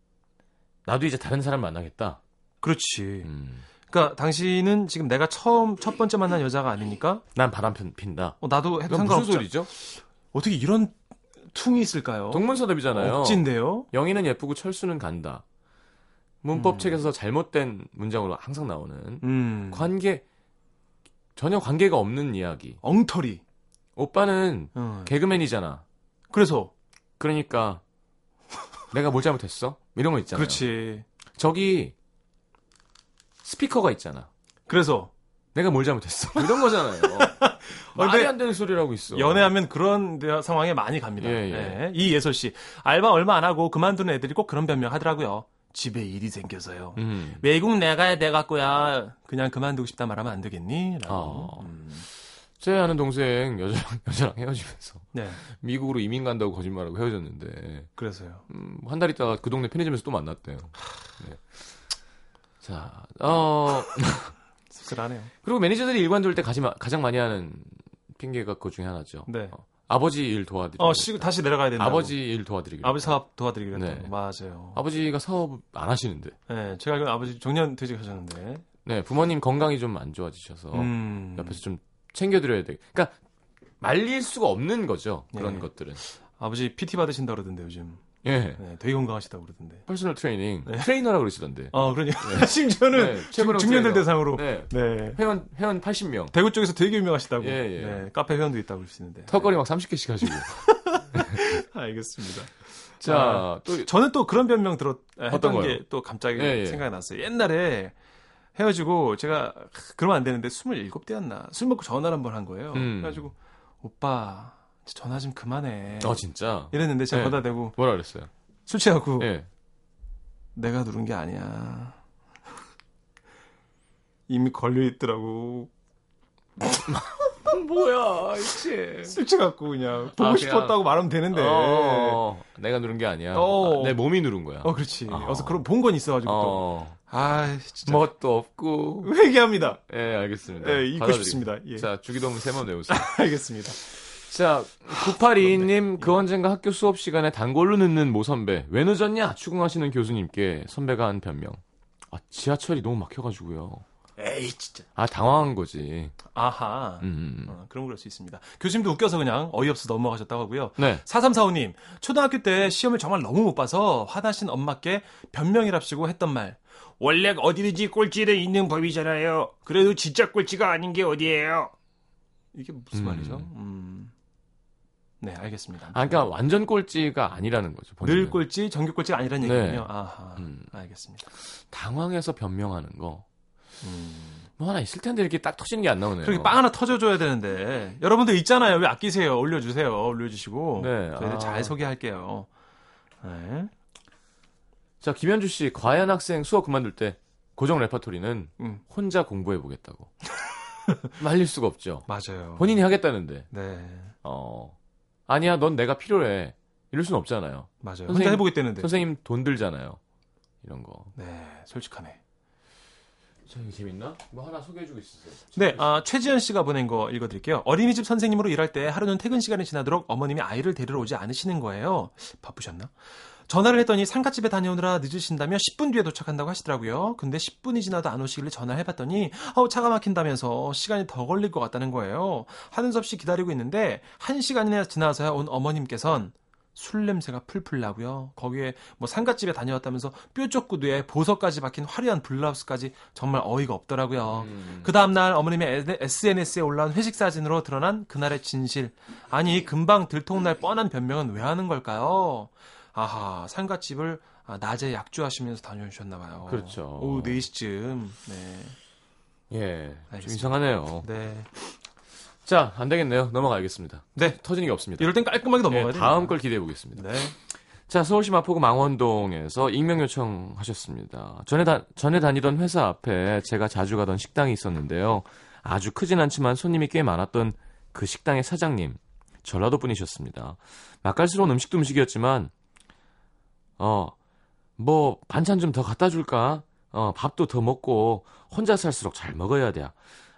Speaker 1: 나도 이제 다른 사람 만나겠다.
Speaker 3: 그렇지.
Speaker 1: 음,
Speaker 3: 그러니까 당신은 지금 내가 처음 첫 번째 만난 여자가 아니니까
Speaker 1: 난 바람 핀- 핀다.
Speaker 3: 어, 나도 해도
Speaker 1: 이건 무슨
Speaker 3: 상관없죠.
Speaker 1: 소리죠?
Speaker 3: 어떻게 이런 퉁이
Speaker 1: 어?
Speaker 3: 있을까요?
Speaker 1: 동문서답이잖아요.
Speaker 3: 억진데요.
Speaker 1: 영희는 예쁘고 철수는 간다. 문법 책에서 잘못된 문장으로 항상 나오는
Speaker 3: 음.
Speaker 1: 관계 전혀 관계가 없는 이야기.
Speaker 3: 엉터리.
Speaker 1: 오빠는
Speaker 3: 어.
Speaker 1: 개그맨이잖아.
Speaker 3: 그래서
Speaker 1: 그러니까 내가 뭘 잘못했어? 이런 거 있잖아요.
Speaker 3: 그렇지.
Speaker 1: 저기 스피커가 있잖아.
Speaker 3: 그래서
Speaker 1: 내가 뭘 잘못했어? 뭐 어, 이런 거잖아요.
Speaker 3: 근데
Speaker 1: 말이 안 되는 소리라고 있어.
Speaker 3: 연애하면 그런 데- 상황에 많이 갑니다.
Speaker 1: 예, 예.
Speaker 3: 예, 이 예솔 씨 알바 얼마 안 하고 그만두는 애들이 꼭 그런 변명 하더라고요. 집에 일이 생겨서요.
Speaker 1: 음.
Speaker 3: 외국 나가야 돼갖고야 그냥 그만두고 싶다 말하면 안 되겠니? 라고.
Speaker 1: 어.
Speaker 3: 음.
Speaker 1: 제 아는 동생 여자랑 여자랑 헤어지면서
Speaker 3: 네,
Speaker 1: 미국으로 이민 간다고 거짓말하고 헤어졌는데
Speaker 3: 그래서요.
Speaker 1: 음, 한 달 있다가 그 동네 편의점에서 또 만났대요. 네. 자, 어
Speaker 3: 씁쓸하네요.
Speaker 1: 그리고 매니저들이 일관 돌때 가장 많이 하는 핑계가 그것 중에 하나죠.
Speaker 3: 네.
Speaker 1: 어, 아버지 일 도와드리고.
Speaker 3: 어, 시, 다시 내려가야 된다.
Speaker 1: 아버지 일 도와드리고.
Speaker 3: 아버지 사업 도와드리기로 했다.
Speaker 1: 예. 네.
Speaker 3: 고 맞아요.
Speaker 1: 아버지가 사업 안 하시는데.
Speaker 3: 네, 제가 알기로는 아버지 정년 퇴직하셨는데.
Speaker 1: 네, 부모님 건강이 좀 안 좋아지셔서
Speaker 3: 음.
Speaker 1: 어, 옆에서 좀 챙겨드려야 돼. 그러니까 말릴 수가 없는 거죠. 그런
Speaker 3: 네.
Speaker 1: 것들은.
Speaker 3: 아버지 PT 받으신다 그러던데 요즘.
Speaker 1: 예.
Speaker 3: 네, 되게 건강하시다 고 그러던데.
Speaker 1: 퍼스널 트레이닝 트레이너라 그러시던데.
Speaker 3: 네. 어, 그러니까 심지어는
Speaker 1: 네,
Speaker 3: 중-
Speaker 1: 최고령
Speaker 3: 중년들
Speaker 1: 트레이너.
Speaker 3: 대상으로.
Speaker 1: 네.
Speaker 3: 네.
Speaker 1: 회원 회원 80명.
Speaker 3: 대구 쪽에서 되게 유명하시다고.
Speaker 1: 예, 예.
Speaker 3: 네, 카페 회원도 있다고 그러시는데.
Speaker 1: 턱걸이 막 30개씩 하시고.
Speaker 3: 알겠습니다.
Speaker 1: 자, 또
Speaker 3: 저는 또 그런 변명 들었 아, 했던
Speaker 1: 어떤 거요?
Speaker 3: 게 또 갑자기
Speaker 1: 예, 예.
Speaker 3: 생각이 났어요. 옛날에 헤어지고 제가 크, 그러면 안 되는데 27대였나. 술 먹고 전화를 한 번 한 거예요.
Speaker 1: 음.
Speaker 3: 그래가지고 오빠 진짜 전화 좀 그만해.
Speaker 1: 어, 진짜.
Speaker 3: 이랬는데 제가
Speaker 1: 예.
Speaker 3: 받아대고
Speaker 1: 뭐라 그랬어요?
Speaker 3: 술 취하고
Speaker 1: 예.
Speaker 3: 내가 누른 게 아니야. 이미 걸려있더라고.
Speaker 1: 뭐야, 이게. 아,
Speaker 3: 술 취갖고 그냥 보고
Speaker 1: 그냥-
Speaker 3: 싶었다고 말하면 되는데. 어,
Speaker 1: 어, 내가 누른 게 아니야.
Speaker 3: 어.
Speaker 1: 아, 내 몸이 누른 거야.
Speaker 3: 그렇지.
Speaker 1: 어.
Speaker 3: 그래서 그런 본 건 있어가지고 또.
Speaker 1: 어.
Speaker 3: 아, 진짜.
Speaker 1: 뭣도 없고.
Speaker 3: 회개합니다.
Speaker 1: 예, 알겠습니다.
Speaker 3: 예, 읽고
Speaker 1: 받아들이고.
Speaker 3: 싶습니다. 예.
Speaker 1: 자, 주기도문 세번 외우세요.
Speaker 3: 알겠습니다.
Speaker 1: 자, 9822님, 그 언젠가 학교 수업 시간에 단골로 늦는 모 선배, 왜 늦었냐? 추궁하시는 교수님께 선배가 한 변명. 아, 지하철이 너무 막혀가지고요.
Speaker 3: 에이, 진짜.
Speaker 1: 아, 당황한 거지.
Speaker 3: 아하.
Speaker 1: 음, 음.
Speaker 3: 어, 그런 그럴 수 있습니다. 교수님도 웃겨서 그냥 어이없어 넘어가셨다고 하고요.
Speaker 1: 네.
Speaker 3: 4345님, 초등학교 때 시험을 정말 너무 못 봐서 화나신 엄마께 변명이랍시고 했던 말. 원래 어디든지 꼴찌는 있는 법이잖아요. 그래도 진짜 꼴찌가 아닌 게 어디예요? 이게
Speaker 1: 음.
Speaker 3: 무슨 말이죠? 음. 네, 알겠습니다.
Speaker 1: 아, 그러니까 완전 꼴찌가 아니라는 거죠.
Speaker 3: 늘
Speaker 1: 본인은.
Speaker 3: 꼴찌, 정규 꼴찌가 아니라는
Speaker 1: 네.
Speaker 3: 얘기군요. 아하.
Speaker 1: 음.
Speaker 3: 알겠습니다.
Speaker 1: 당황해서 변명하는 거.
Speaker 3: 음.
Speaker 1: 뭐 하나 있을 텐데 이렇게 딱 터지는 게 안 나오네요.
Speaker 3: 그렇게 빵 하나 터져줘야 되는데 여러분들 있잖아요. 왜 아끼세요? 올려주세요. 올려주시고
Speaker 1: 네,
Speaker 3: 저희들
Speaker 1: 아.
Speaker 3: 잘 소개할게요. 네.
Speaker 1: 자, 김현주 씨, 과연 학생 수업 그만둘 때 고정 레퍼토리는
Speaker 3: 음.
Speaker 1: 혼자 공부해 보겠다고. 말릴 수가 없죠.
Speaker 3: 맞아요.
Speaker 1: 본인이 하겠다는데.
Speaker 3: 네
Speaker 1: 어. 아니야, 넌 내가 필요해. 이럴 순 없잖아요.
Speaker 3: 맞아요. 혼자
Speaker 1: 선생님-
Speaker 3: 해보겠다는데.
Speaker 1: 선생님 돈 들잖아요. 이런 거.
Speaker 3: 네 솔직하네.
Speaker 1: 선생님 재밌나? 뭐 하나 소개해 주고 있으세요.
Speaker 3: 네, 아, 최지연 씨가 보낸 거 읽어드릴게요. 어린이집 선생님으로 일할 때 하루는 퇴근 시간이 지나도록 어머님이 아이를 데리러 오지 않으시는 거예요. 바쁘셨나? 전화를 했더니 상가집에 다녀오느라 늦으신다며 10분 뒤에 도착한다고 하시더라고요. 근데 10분이 지나도 안 오시길래 전화해봤더니 어, 차가 막힌다면서 시간이 더 걸릴 것 같다는 거예요. 하는 수 없이 기다리고 있는데 1시간이나 지나서야 온 어머님께선 술 냄새가 풀풀 나고요. 거기에 뭐 상가집에 다녀왔다면서 뾰족 구두에 보석까지 박힌 화려한 블라우스까지 정말 어이가
Speaker 1: 음.
Speaker 3: 없더라고요. 그 다음날 어머님의 SNS에 올라온 회식 사진으로 드러난 그날의 진실. 아니, 금방 들통날 뻔한 변명은 왜 하는 걸까요? 아하, 상가집을 아, 낮에 약주하시면서 다녀오셨나봐요.
Speaker 1: 그렇죠.
Speaker 3: 오후 4시쯤. 네.
Speaker 1: 예. 좀
Speaker 3: 알겠습니다.
Speaker 1: 이상하네요.
Speaker 3: 네.
Speaker 1: 자, 안 되겠네요. 넘어가겠습니다.
Speaker 3: 네.
Speaker 1: 터지는 게 없습니다.
Speaker 3: 이럴 땐 깔끔하게 넘어가야
Speaker 1: 예,
Speaker 3: 돼요.
Speaker 1: 다음 걸 기대해 보겠습니다.
Speaker 3: 네.
Speaker 1: 자, 서울시 마포구 망원동에서 익명 요청하셨습니다. 전에 다, 전에 다니던 회사 앞에 제가 자주 가던 식당이 있었는데요. 아주 크진 않지만 손님이 꽤 많았던 그 식당의 사장님, 전라도 분이셨습니다. 맛깔스러운 음식도 음식이었지만, 어, 뭐, 반찬 좀 더 갖다 줄까? 어, 밥도 더 먹고, 혼자 살수록 잘 먹어야 돼.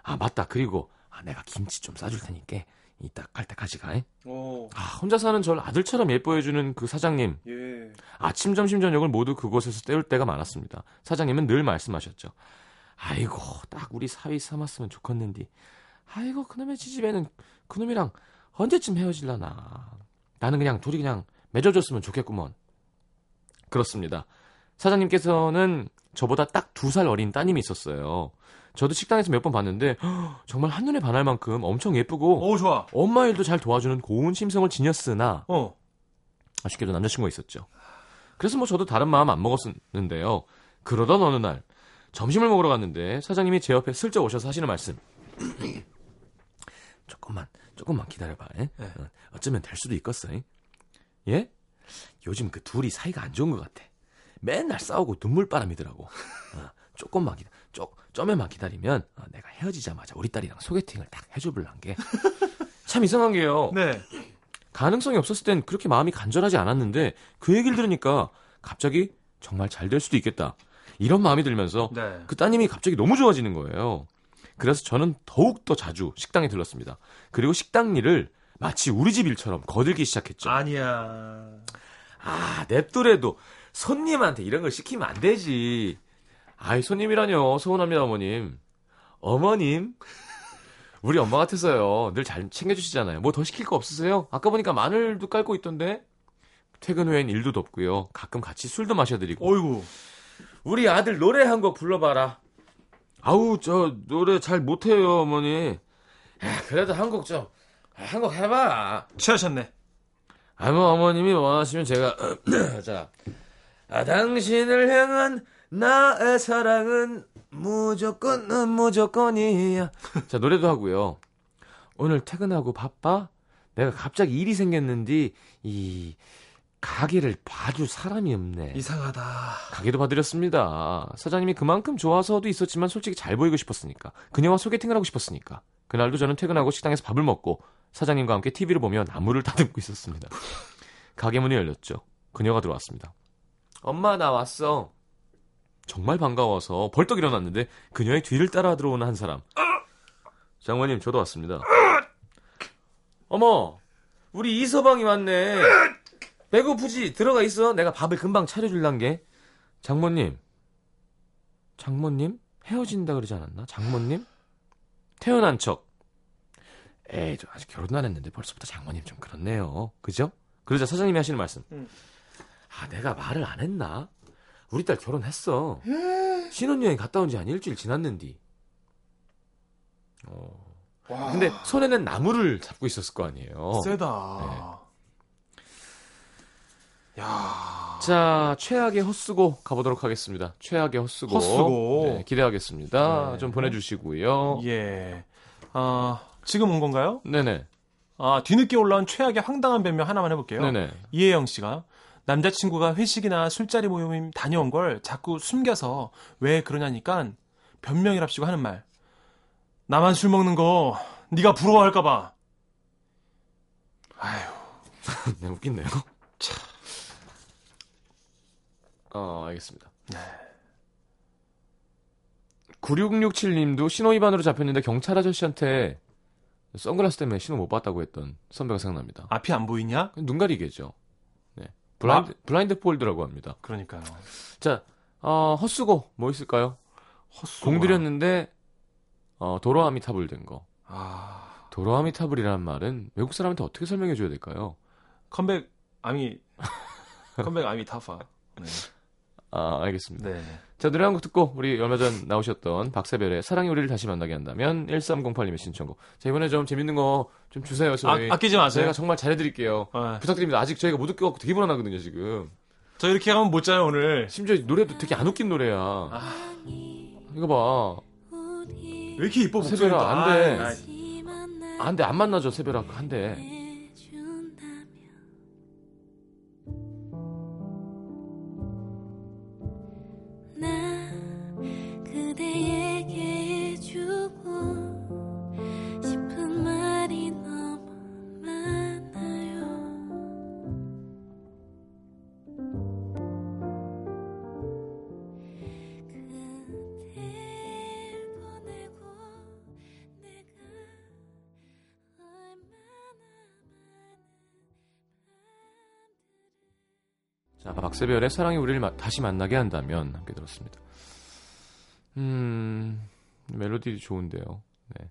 Speaker 1: 아, 맞다. 그리고, 아, 내가 김치 좀 싸줄 테니까, 이따 갈 때까지 가. 잉?
Speaker 3: 오,
Speaker 1: 아, 혼자 사는 절 아들처럼 예뻐해주는 그 사장님.
Speaker 3: 예.
Speaker 1: 아침, 점심, 저녁을 모두 그곳에서 때울 때가 많았습니다. 사장님은 늘 말씀하셨죠. 아이고, 딱 우리 사위 삼았으면 좋겠는디. 아이고, 그놈의 지집에는 그놈이랑 언제쯤 헤어질라나. 나는 그냥 둘이 그냥 맺어줬으면 좋겠구먼. 그렇습니다. 사장님께서는 저보다 딱 두 살 어린 따님이 있었어요. 저도 식당에서 몇 번 봤는데 헉, 정말 한눈에 반할 만큼 엄청 예쁘고
Speaker 3: 오, 좋아.
Speaker 1: 엄마 일도 잘 도와주는 고운 심성을 지녔으나
Speaker 3: 어.
Speaker 1: 아쉽게도 남자친구가 있었죠. 그래서 뭐 저도 다른 마음 안 먹었는데요. 그러던 어느 날 점심을 먹으러 갔는데 사장님이 제 옆에 슬쩍 오셔서 하시는 말씀. 조금만 조금만 기다려봐. 예?
Speaker 3: 네.
Speaker 1: 어, 예? 어쩌면 될 수도 있겠어. 예? 요즘 그 둘이 사이가 안 좋은 것 같아. 맨날 싸우고 눈물바람이더라고. 어, 조금만 기다, 쪼, 점에만 기다리면 어, 내가 헤어지자마자 우리 딸이랑 소개팅을 딱 해줘볼란 게. 참 이상한 게요.
Speaker 3: 네.
Speaker 1: 가능성이 없었을 땐 그렇게 마음이 간절하지 않았는데 그 얘기를 들으니까 갑자기 정말 잘 될 수도 있겠다. 이런 마음이 들면서
Speaker 3: 네.
Speaker 1: 그 따님이 갑자기 너무 좋아지는 거예요. 그래서 저는 더욱 더 자주 식당에 들렀습니다. 그리고 식당 일을 마치 우리 집 일처럼 거들기 시작했죠.
Speaker 3: 아니야.
Speaker 1: 아, 냅두래도 손님한테 이런 걸 시키면 안 되지. 아이, 손님이라뇨. 서운합니다, 어머님. 어머님. 우리 엄마 같아서요. 늘 잘 챙겨주시잖아요. 뭐 더 시킬 거 없으세요? 아까 보니까 마늘도 깔고 있던데. 퇴근 후엔 일도 덥고요. 가끔 같이 술도 마셔드리고.
Speaker 3: 어이구.
Speaker 1: 우리 아들 노래 한 곡 불러봐라. 아우, 저 노래 잘 못해요, 어머니. 아, 그래도 한 곡 좀, 한 곡 해봐.
Speaker 3: 취하셨네.
Speaker 1: 아무 어머님이 원하시면 제가 자 아, 당신을 향한 나의 사랑은 무조건 은 무조건이야 자 노래도 하고요 오늘 퇴근하고 바빠 내가 갑자기 일이 생겼는데 이 가게를 봐줄 사람이 없네
Speaker 3: 이상하다.
Speaker 1: 가게도 봐드렸습니다. 사장님이 그만큼 좋아서도 있었지만 솔직히 잘 보이고 싶었으니까. 그녀와 소개팅을 하고 싶었으니까. 그날도 저는 퇴근하고 식당에서 밥을 먹고 사장님과 함께 TV를 보며 나무를 다듬고 있었습니다. 가게 문이 열렸죠. 그녀가 들어왔습니다. 엄마 나 왔어. 정말 반가워서 벌떡 일어났는데 그녀의 뒤를 따라 들어오는 한 사람. 장모님 저도 왔습니다. 어머 우리 이서방이 왔네. 배고프지? 들어가 있어. 내가 밥을 금방 차려줄란 게. 장모님. 장모님? 헤어진다 그러지 않았나? 장모님? 태어난 척. 에이, 저 아직 결혼 안 했는데 벌써부터 장모님 좀 그렇네요. 그죠? 그러자 사장님이 하시는 말씀.
Speaker 3: 음.
Speaker 1: 아, 내가 말을 안 했나? 우리 딸 결혼했어. 신혼여행 갔다 온 지 한 일주일 지났는디. 어. 근데 손에는 나무를 잡고 있었을 거 아니에요.
Speaker 3: 세다.
Speaker 1: 네.
Speaker 3: 야.
Speaker 1: 자, 최악의 헛수고 가보도록 하겠습니다. 최악의 헛수고.
Speaker 3: 헛수고.
Speaker 1: 네, 기대하겠습니다.
Speaker 3: 네.
Speaker 1: 좀 보내주시고요.
Speaker 3: 예. 아, 지금 온 건가요?
Speaker 1: 네네.
Speaker 3: 아, 뒤늦게 올라온 최악의 황당한 변명 하나만 해볼게요.
Speaker 1: 네네.
Speaker 3: 이혜영 씨가 남자친구가 회식이나 술자리 모임 다녀온 걸 자꾸 숨겨서 왜 그러냐니까 변명이랍시고 하는 말. 나만 술 먹는 거 네가 부러워할까봐. 아휴,
Speaker 1: 네, 웃긴네요. 어, 알겠습니다. 9667님도 신호 위반으로 잡혔는데 경찰 아저씨한테 선글라스 때문에 신호 못 봤다고 했던 선배가 생각납니다.
Speaker 3: 앞이 안 보이냐?
Speaker 1: 눈 가리개죠. 네. 블라인드, 블라인드 폴드라고 합니다.
Speaker 3: 그러니까요.
Speaker 1: 자, 어, 헛수고 뭐 있을까요?
Speaker 3: 헛수고.
Speaker 1: 공들였는데 어, 도로아미 탑을 된 거.
Speaker 3: 아,
Speaker 1: 도로아미 탑을이라는 말은 외국 사람한테 어떻게 설명해 줘야 될까요?
Speaker 3: 컴백 아미, 컴백 아미 타파. 네.
Speaker 1: 아 알겠습니다.
Speaker 3: 네.
Speaker 1: 자 노래 한 곡 듣고 우리 얼마 전 나오셨던 박세별의 사랑이 우리를 다시 만나게 한다면 1308님의 신청곡. 자 이번에 좀 재밌는 거 좀 주세요 저희.
Speaker 3: 아, 끼지 마세요.
Speaker 1: 저희가 정말 잘해드릴게요.
Speaker 3: 아,
Speaker 1: 부탁드립니다. 아직 저희가 못 웃겨갖고 되게 불안하거든요 지금.
Speaker 3: 저 이렇게 하면 못 자요 오늘.
Speaker 1: 심지어 노래도 되게 안 웃긴 노래야. 이거
Speaker 3: 왜 이렇게 이뻐
Speaker 1: 세별아,
Speaker 3: 목소리가?
Speaker 1: 안 돼.
Speaker 3: 아이, 아이.
Speaker 1: 봐. 안돼 안 만나죠 세별아 그 한데.
Speaker 5: 나 그대에게 해주고 싶은 말이 너무 많아요 그댈 보내고 내가 얼마나 많은
Speaker 1: 자, 박세별의 사랑이 우리를 마- 다시 만나게 한다면 함께 들었습니다. 음, 멜로디 좋은데요. 네.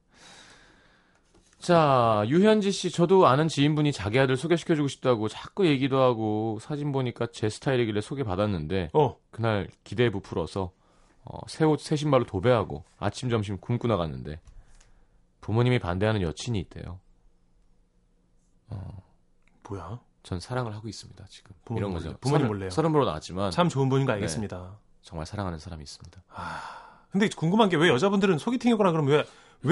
Speaker 1: 자, 유현지 씨, 저도 아는 지인분이 자기 아들 소개시켜주고 싶다고 자꾸 얘기도 하고 사진 보니까 제 스타일이길래 소개받았는데
Speaker 3: 어,
Speaker 1: 그날 기대에 부풀어서 어, 새옷 새 신발로 도배하고 아침 점심 굶고 나갔는데 부모님이 반대하는 여친이 있대요.
Speaker 3: 뭐야?
Speaker 1: 전 사랑을 하고 있습니다 지금
Speaker 3: 부모님
Speaker 1: 이런 거죠.
Speaker 3: 몰래요. 부모님
Speaker 1: 서른-
Speaker 3: 몰래요.
Speaker 1: 서른으로 나왔지만
Speaker 3: 참 좋은 분인 거
Speaker 1: 네.
Speaker 3: 알겠습니다.
Speaker 1: 정말 사랑하는 사람이 있습니다.
Speaker 3: 아, 근데 궁금한 게 왜 여자분들은 소개팅이거나 그러면 왜,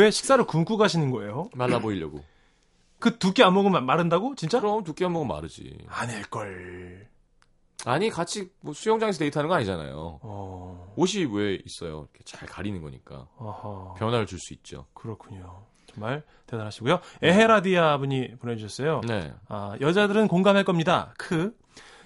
Speaker 3: 왜 식사를 굶고 가시는 거예요?
Speaker 1: 말라 보이려고.
Speaker 3: 그 두께 안 먹으면 마른다고? 진짜?
Speaker 1: 그럼 두께 안 먹으면 마르지.
Speaker 3: 아닐걸.
Speaker 1: 아니 같이 뭐 수영장에서 데이트하는 거 아니잖아요.
Speaker 3: 어,
Speaker 1: 옷이 왜 있어요? 이렇게 잘 가리는 거니까
Speaker 3: 아하.
Speaker 1: 변화를 줄 수 있죠.
Speaker 3: 그렇군요. 정말 대단하시고요. 에헤라디아 분이 보내주셨어요.
Speaker 1: 네.
Speaker 3: 아, 여자들은 공감할 겁니다. 크.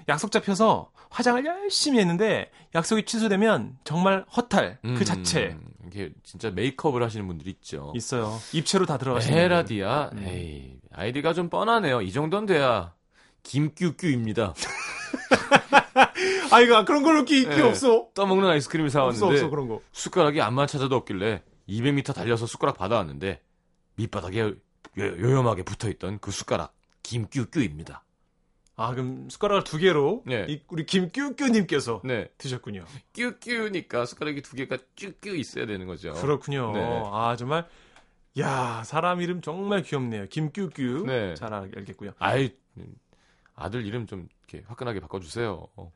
Speaker 3: 약속 잡혀서 화장을 열심히 했는데 약속이 취소되면 정말 허탈 그
Speaker 1: 음,
Speaker 3: 자체
Speaker 1: 이게 진짜 메이크업을 하시는 분들 있죠.
Speaker 3: 있어요. 입체로 다 들어가시는
Speaker 1: 헤라디아.
Speaker 3: 음.
Speaker 1: 에이, 아이디가 좀 뻔하네요. 이 정도는 돼야 김규규입니다.
Speaker 3: 분들. 아 이거 그런 걸로 끼, 끼
Speaker 1: 네.
Speaker 3: 없어.
Speaker 1: 떠먹는 아이스크림을 사왔는데
Speaker 3: 없어 없어 그런 거.
Speaker 1: 숟가락이 안만 찾아도 없길래 200m 달려서 숟가락 받아왔는데 밑바닥에 요, 요염하게 붙어있던 그 숟가락 김규규입니다.
Speaker 3: 아 그럼 숟가락을 두 개로
Speaker 1: 네.
Speaker 3: 이- 우리 김규규님께서
Speaker 1: 네,
Speaker 3: 드셨군요.
Speaker 1: 규규니까 숟가락이 두 개가 쭉규 있어야 되는 거죠.
Speaker 3: 그렇군요.
Speaker 1: 네.
Speaker 3: 아 정말 야 사람 이름 정말 귀엽네요. 김규규
Speaker 1: 네.
Speaker 3: 잘 알- 알겠고요.
Speaker 1: 아이 음, 아들 이름 좀 이렇게 화끈하게 바꿔주세요. 어,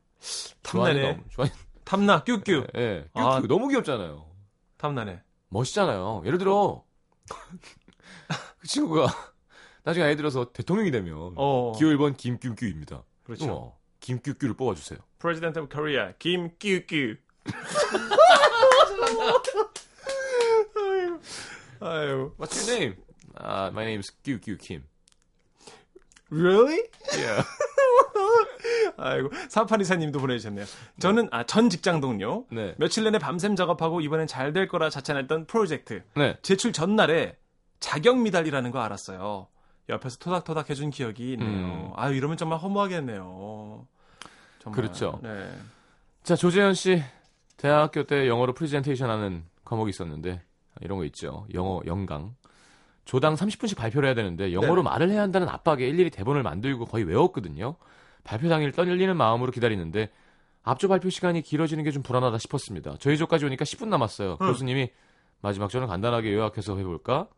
Speaker 3: 탐나네.
Speaker 1: 좋아하는 너무- 좋아하는-
Speaker 3: 탐나 규규
Speaker 1: 예, 예.
Speaker 3: 아.
Speaker 1: 규규 너무 귀엽잖아요.
Speaker 3: 탐나네.
Speaker 1: 음. 멋있잖아요. 예를 들어 그 친구가 나중에 아이 들어서 대통령이 되면
Speaker 3: 어
Speaker 1: 기호 1번 김규규입니다.
Speaker 3: 그렇죠.
Speaker 1: 어, 김규규를 뽑아주세요.
Speaker 3: President of Korea 김규규. 아유.
Speaker 1: What's your name? Uh, my name is Gyu Gyu Kim.
Speaker 3: Really?
Speaker 1: Yeah.
Speaker 3: 아이고. 사파리사님도 보내주셨네요. 저는 아, 전 직장 동료.
Speaker 1: 네.
Speaker 3: 며칠 내내 밤샘 작업하고 이번엔 잘 될 거라 자찬했던 프로젝트.
Speaker 1: 네.
Speaker 3: 제출 전날에 자격 미달이라는 거 알았어요. 옆에서 토닥토닥 해준 기억이 있네요.
Speaker 1: 음.
Speaker 3: 아유 이러면 정말 허무하겠네요. 정말.
Speaker 1: 그렇죠.
Speaker 3: 네.
Speaker 1: 자, 조재현 씨. 대학교 때 영어로 프레젠테이션 하는 과목이 있었는데, 이런 거 있죠. 영어, 영강. 조당 30분씩 발표를 해야 되는데, 영어로 말을 해야 한다는 압박에 일일이 대본을 만들고 거의 외웠거든요. 발표 당일 떨리는 마음으로 기다리는데, 앞조 발표 시간이 길어지는 게 좀 불안하다 싶었습니다. 저희 조까지 오니까 10분 남았어요. 교수님이 마지막 조는 간단하게 요약해서 해볼까?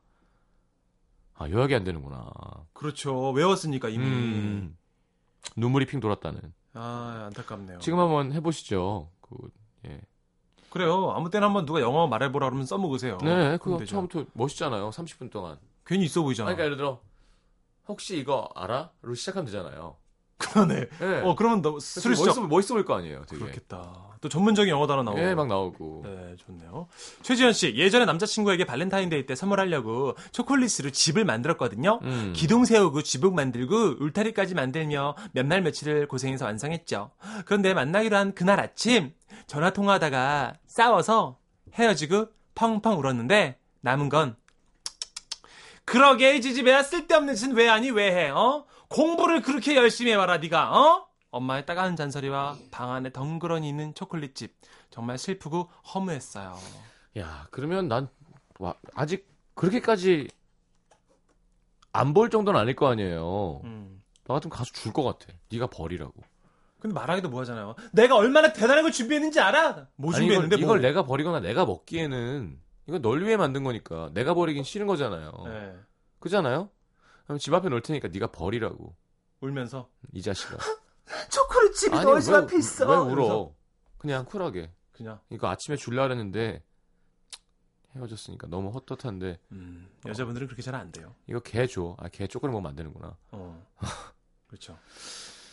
Speaker 1: 아, 요약이 안 되는구나.
Speaker 3: 그렇죠. 외웠으니까 이미.
Speaker 1: 음. 눈물이 핑 돌았다는.
Speaker 3: 아 안타깝네요.
Speaker 1: 지금 한번 해보시죠. 그, 예.
Speaker 3: 그래요. 아무 때나 한번 누가 영어 말해보라 그러면 써먹으세요.
Speaker 1: 네,
Speaker 3: 어, 그럼
Speaker 1: 그거
Speaker 3: 되죠.
Speaker 1: 처음부터 멋있잖아요. 30분 동안.
Speaker 3: 괜히 있어 보이잖아.
Speaker 1: 그러니까 예를 들어, 혹시 이거 알아? 로 시작하면 되잖아요.
Speaker 3: 그러네.
Speaker 1: 예.
Speaker 3: 어 그러면 너
Speaker 1: 그래서
Speaker 3: 스트레스
Speaker 1: 멋있어, 멋있어 보일 거 아니에요, 되게.
Speaker 3: 그렇겠다. 또 전문적인 영어 단어 나오고.
Speaker 1: 예, 막 나오고.
Speaker 3: 네, 좋네요. 최지현 씨, 예전에 남자친구에게 발렌타인데이 때 선물하려고 초콜릿으로 집을 만들었거든요.
Speaker 1: 음.
Speaker 3: 기둥 세우고 지붕 만들고 울타리까지 만들며 몇 날 며칠을 고생해서 완성했죠. 그런데 만나기로 한 그날 아침 전화 통화하다가 싸워서 헤어지고 펑펑 울었는데 남은 건 그러게 이 지지배야 쓸데없는 짓은 왜 하니 왜 해? 어? 공부를 그렇게 열심히 해와라 네가 어? 엄마의 따가운 잔소리와 방 안에 덩그러니 있는 초콜릿집 정말 슬프고 허무했어요.
Speaker 1: 야, 그러면 난, 와, 아직 그렇게까지 안 볼 정도는 아닐 거 아니에요.
Speaker 3: 음.
Speaker 1: 나 같으면 가서 줄 것 같아. 네가 버리라고.
Speaker 3: 근데 말하기도 뭐하잖아요. 내가 얼마나 대단한 걸 준비했는지 알아? 뭐
Speaker 1: 아니, 이걸,
Speaker 3: 준비했는데
Speaker 1: 이걸
Speaker 3: 뭐.
Speaker 1: 내가 버리거나 내가 먹기에는 이건 널 위해 만든 거니까 내가 버리긴 싫은 거잖아요.
Speaker 3: 네.
Speaker 1: 그잖아요. 그럼 집 앞에 놓을 테니까 네가 버리라고
Speaker 3: 울면서
Speaker 1: 이 자식아.
Speaker 4: 초콜릿집이
Speaker 1: 아니,
Speaker 4: 너희 집
Speaker 1: 왜-
Speaker 4: 앞에 있어.
Speaker 1: 왜 울어?
Speaker 3: 그래서?
Speaker 1: 그냥 쿨하게.
Speaker 3: 그냥
Speaker 1: 이거 아침에 줄라 그랬는데 헤어졌으니까 너무 헛헛한데
Speaker 3: 음, 여자분들은 그렇게 잘 안 돼요.
Speaker 1: 이거 개 줘. 아, 개 쪼그려 먹으면 안 되는구나.
Speaker 3: 어. 그렇죠.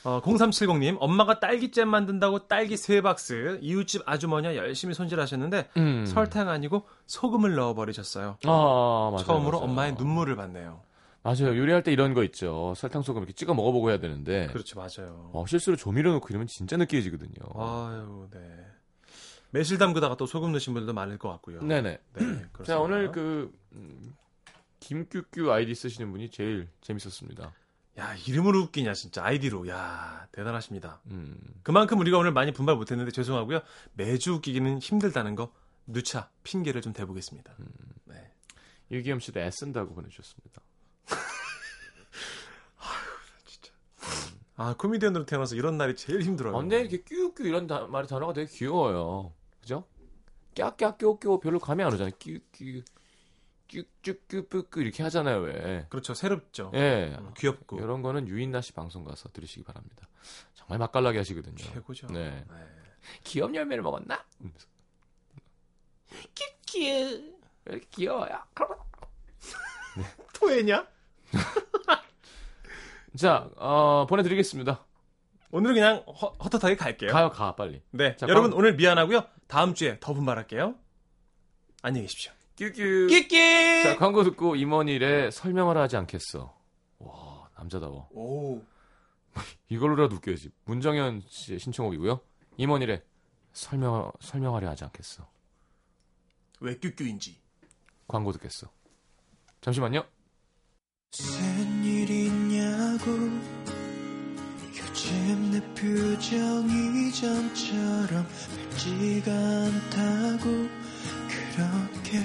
Speaker 3: 어, 0370님, 엄마가 딸기잼 만든다고 딸기 세 박스, 이웃집 아주머니가 열심히 손질하셨는데,
Speaker 1: 음.
Speaker 3: 설탕 아니고 소금을 넣어버리셨어요.
Speaker 1: 아, 맞아요.
Speaker 3: 처음으로
Speaker 1: 맞아요.
Speaker 3: 엄마의 눈물을 받네요.
Speaker 1: 맞아요. 요리할 때 이런 거 있죠. 설탕 소금 이렇게 찍어 먹어 보고 해야 되는데
Speaker 3: 그렇죠,
Speaker 1: 네.
Speaker 3: 맞아요.
Speaker 1: 어, 실수로 조미료 넣고 이러면 진짜 느끼해지거든요.
Speaker 3: 아유, 네. 매실 담그다가 또 소금 넣으신 분들도 많을 것 같고요.
Speaker 1: 네, 네.
Speaker 3: 네, 그렇습니다.
Speaker 1: 자, 오늘 그 음, 김규규 아이디 쓰시는 분이 제일 재밌었습니다.
Speaker 3: 야, 이름으로 웃기냐, 진짜. 아이디로. 야, 대단하십니다.
Speaker 1: 음.
Speaker 3: 그만큼 우리가 오늘 많이 분발 못했는데 죄송하고요. 매주 웃기기는 힘들다는 거, 누차 핑계를 좀 대보겠습니다.
Speaker 1: 음.
Speaker 3: 네.
Speaker 1: 유기염 씨도 애쓴다고 보내주셨습니다.
Speaker 3: 아 코미디언으로 태어나서 이런 날이 제일 힘들어요.
Speaker 1: 근데 이렇게 끼우끼우 이런 다- 말이 단어가 되게 귀여워요. 그죠? 깍깍 끼우끼우 별로 감이 안 오잖아요. 끼우끼우 쭉쭉끼우끼우 이렇게 하잖아요, 왜.
Speaker 3: 그렇죠 새롭죠.
Speaker 1: 예.
Speaker 3: 음, 귀엽고
Speaker 1: 이런 거는 유인나 씨 방송 가서 들으시기 바랍니다. 정말 맛깔나게 하시거든요.
Speaker 3: 최고죠.
Speaker 1: 네. 기업 열매를 먹었나? 이러면서.
Speaker 3: 귀
Speaker 1: 왜 이렇게 귀여워요?
Speaker 3: 토해냐?
Speaker 1: 자, 어, 보내드리겠습니다.
Speaker 3: 오늘은 그냥 허, 헛헛하게 갈게요.
Speaker 1: 가요 가 빨리.
Speaker 3: 네.
Speaker 1: 자,
Speaker 3: 여러분
Speaker 1: 광-
Speaker 3: 오늘 미안하고요. 다음 주에 더 분발할게요. 안녕히 계십시오.
Speaker 1: 뀨뀨.
Speaker 3: 끼끼.
Speaker 1: 자 광고 듣고 임원일에 설명을 하지 않겠어. 와 남자다워.
Speaker 3: 오.
Speaker 1: 이걸로라도 웃겨야지. 문정현 씨의 신청곡이고요. 임원일에 설명 설명하려 하지 않겠어.
Speaker 3: 왜 끼끼인지.
Speaker 1: 광고 듣겠어. 잠시만요.
Speaker 2: 무슨 일 있냐고 요즘 내 표정이 전처럼 밝지가 않다고 그렇게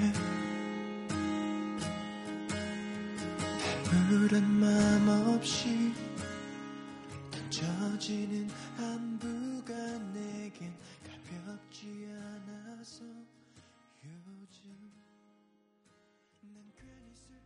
Speaker 2: 아무런 맘 없이 던져지는 안부가 내겐 가볍지 않아서 요즘 난 괜히 슬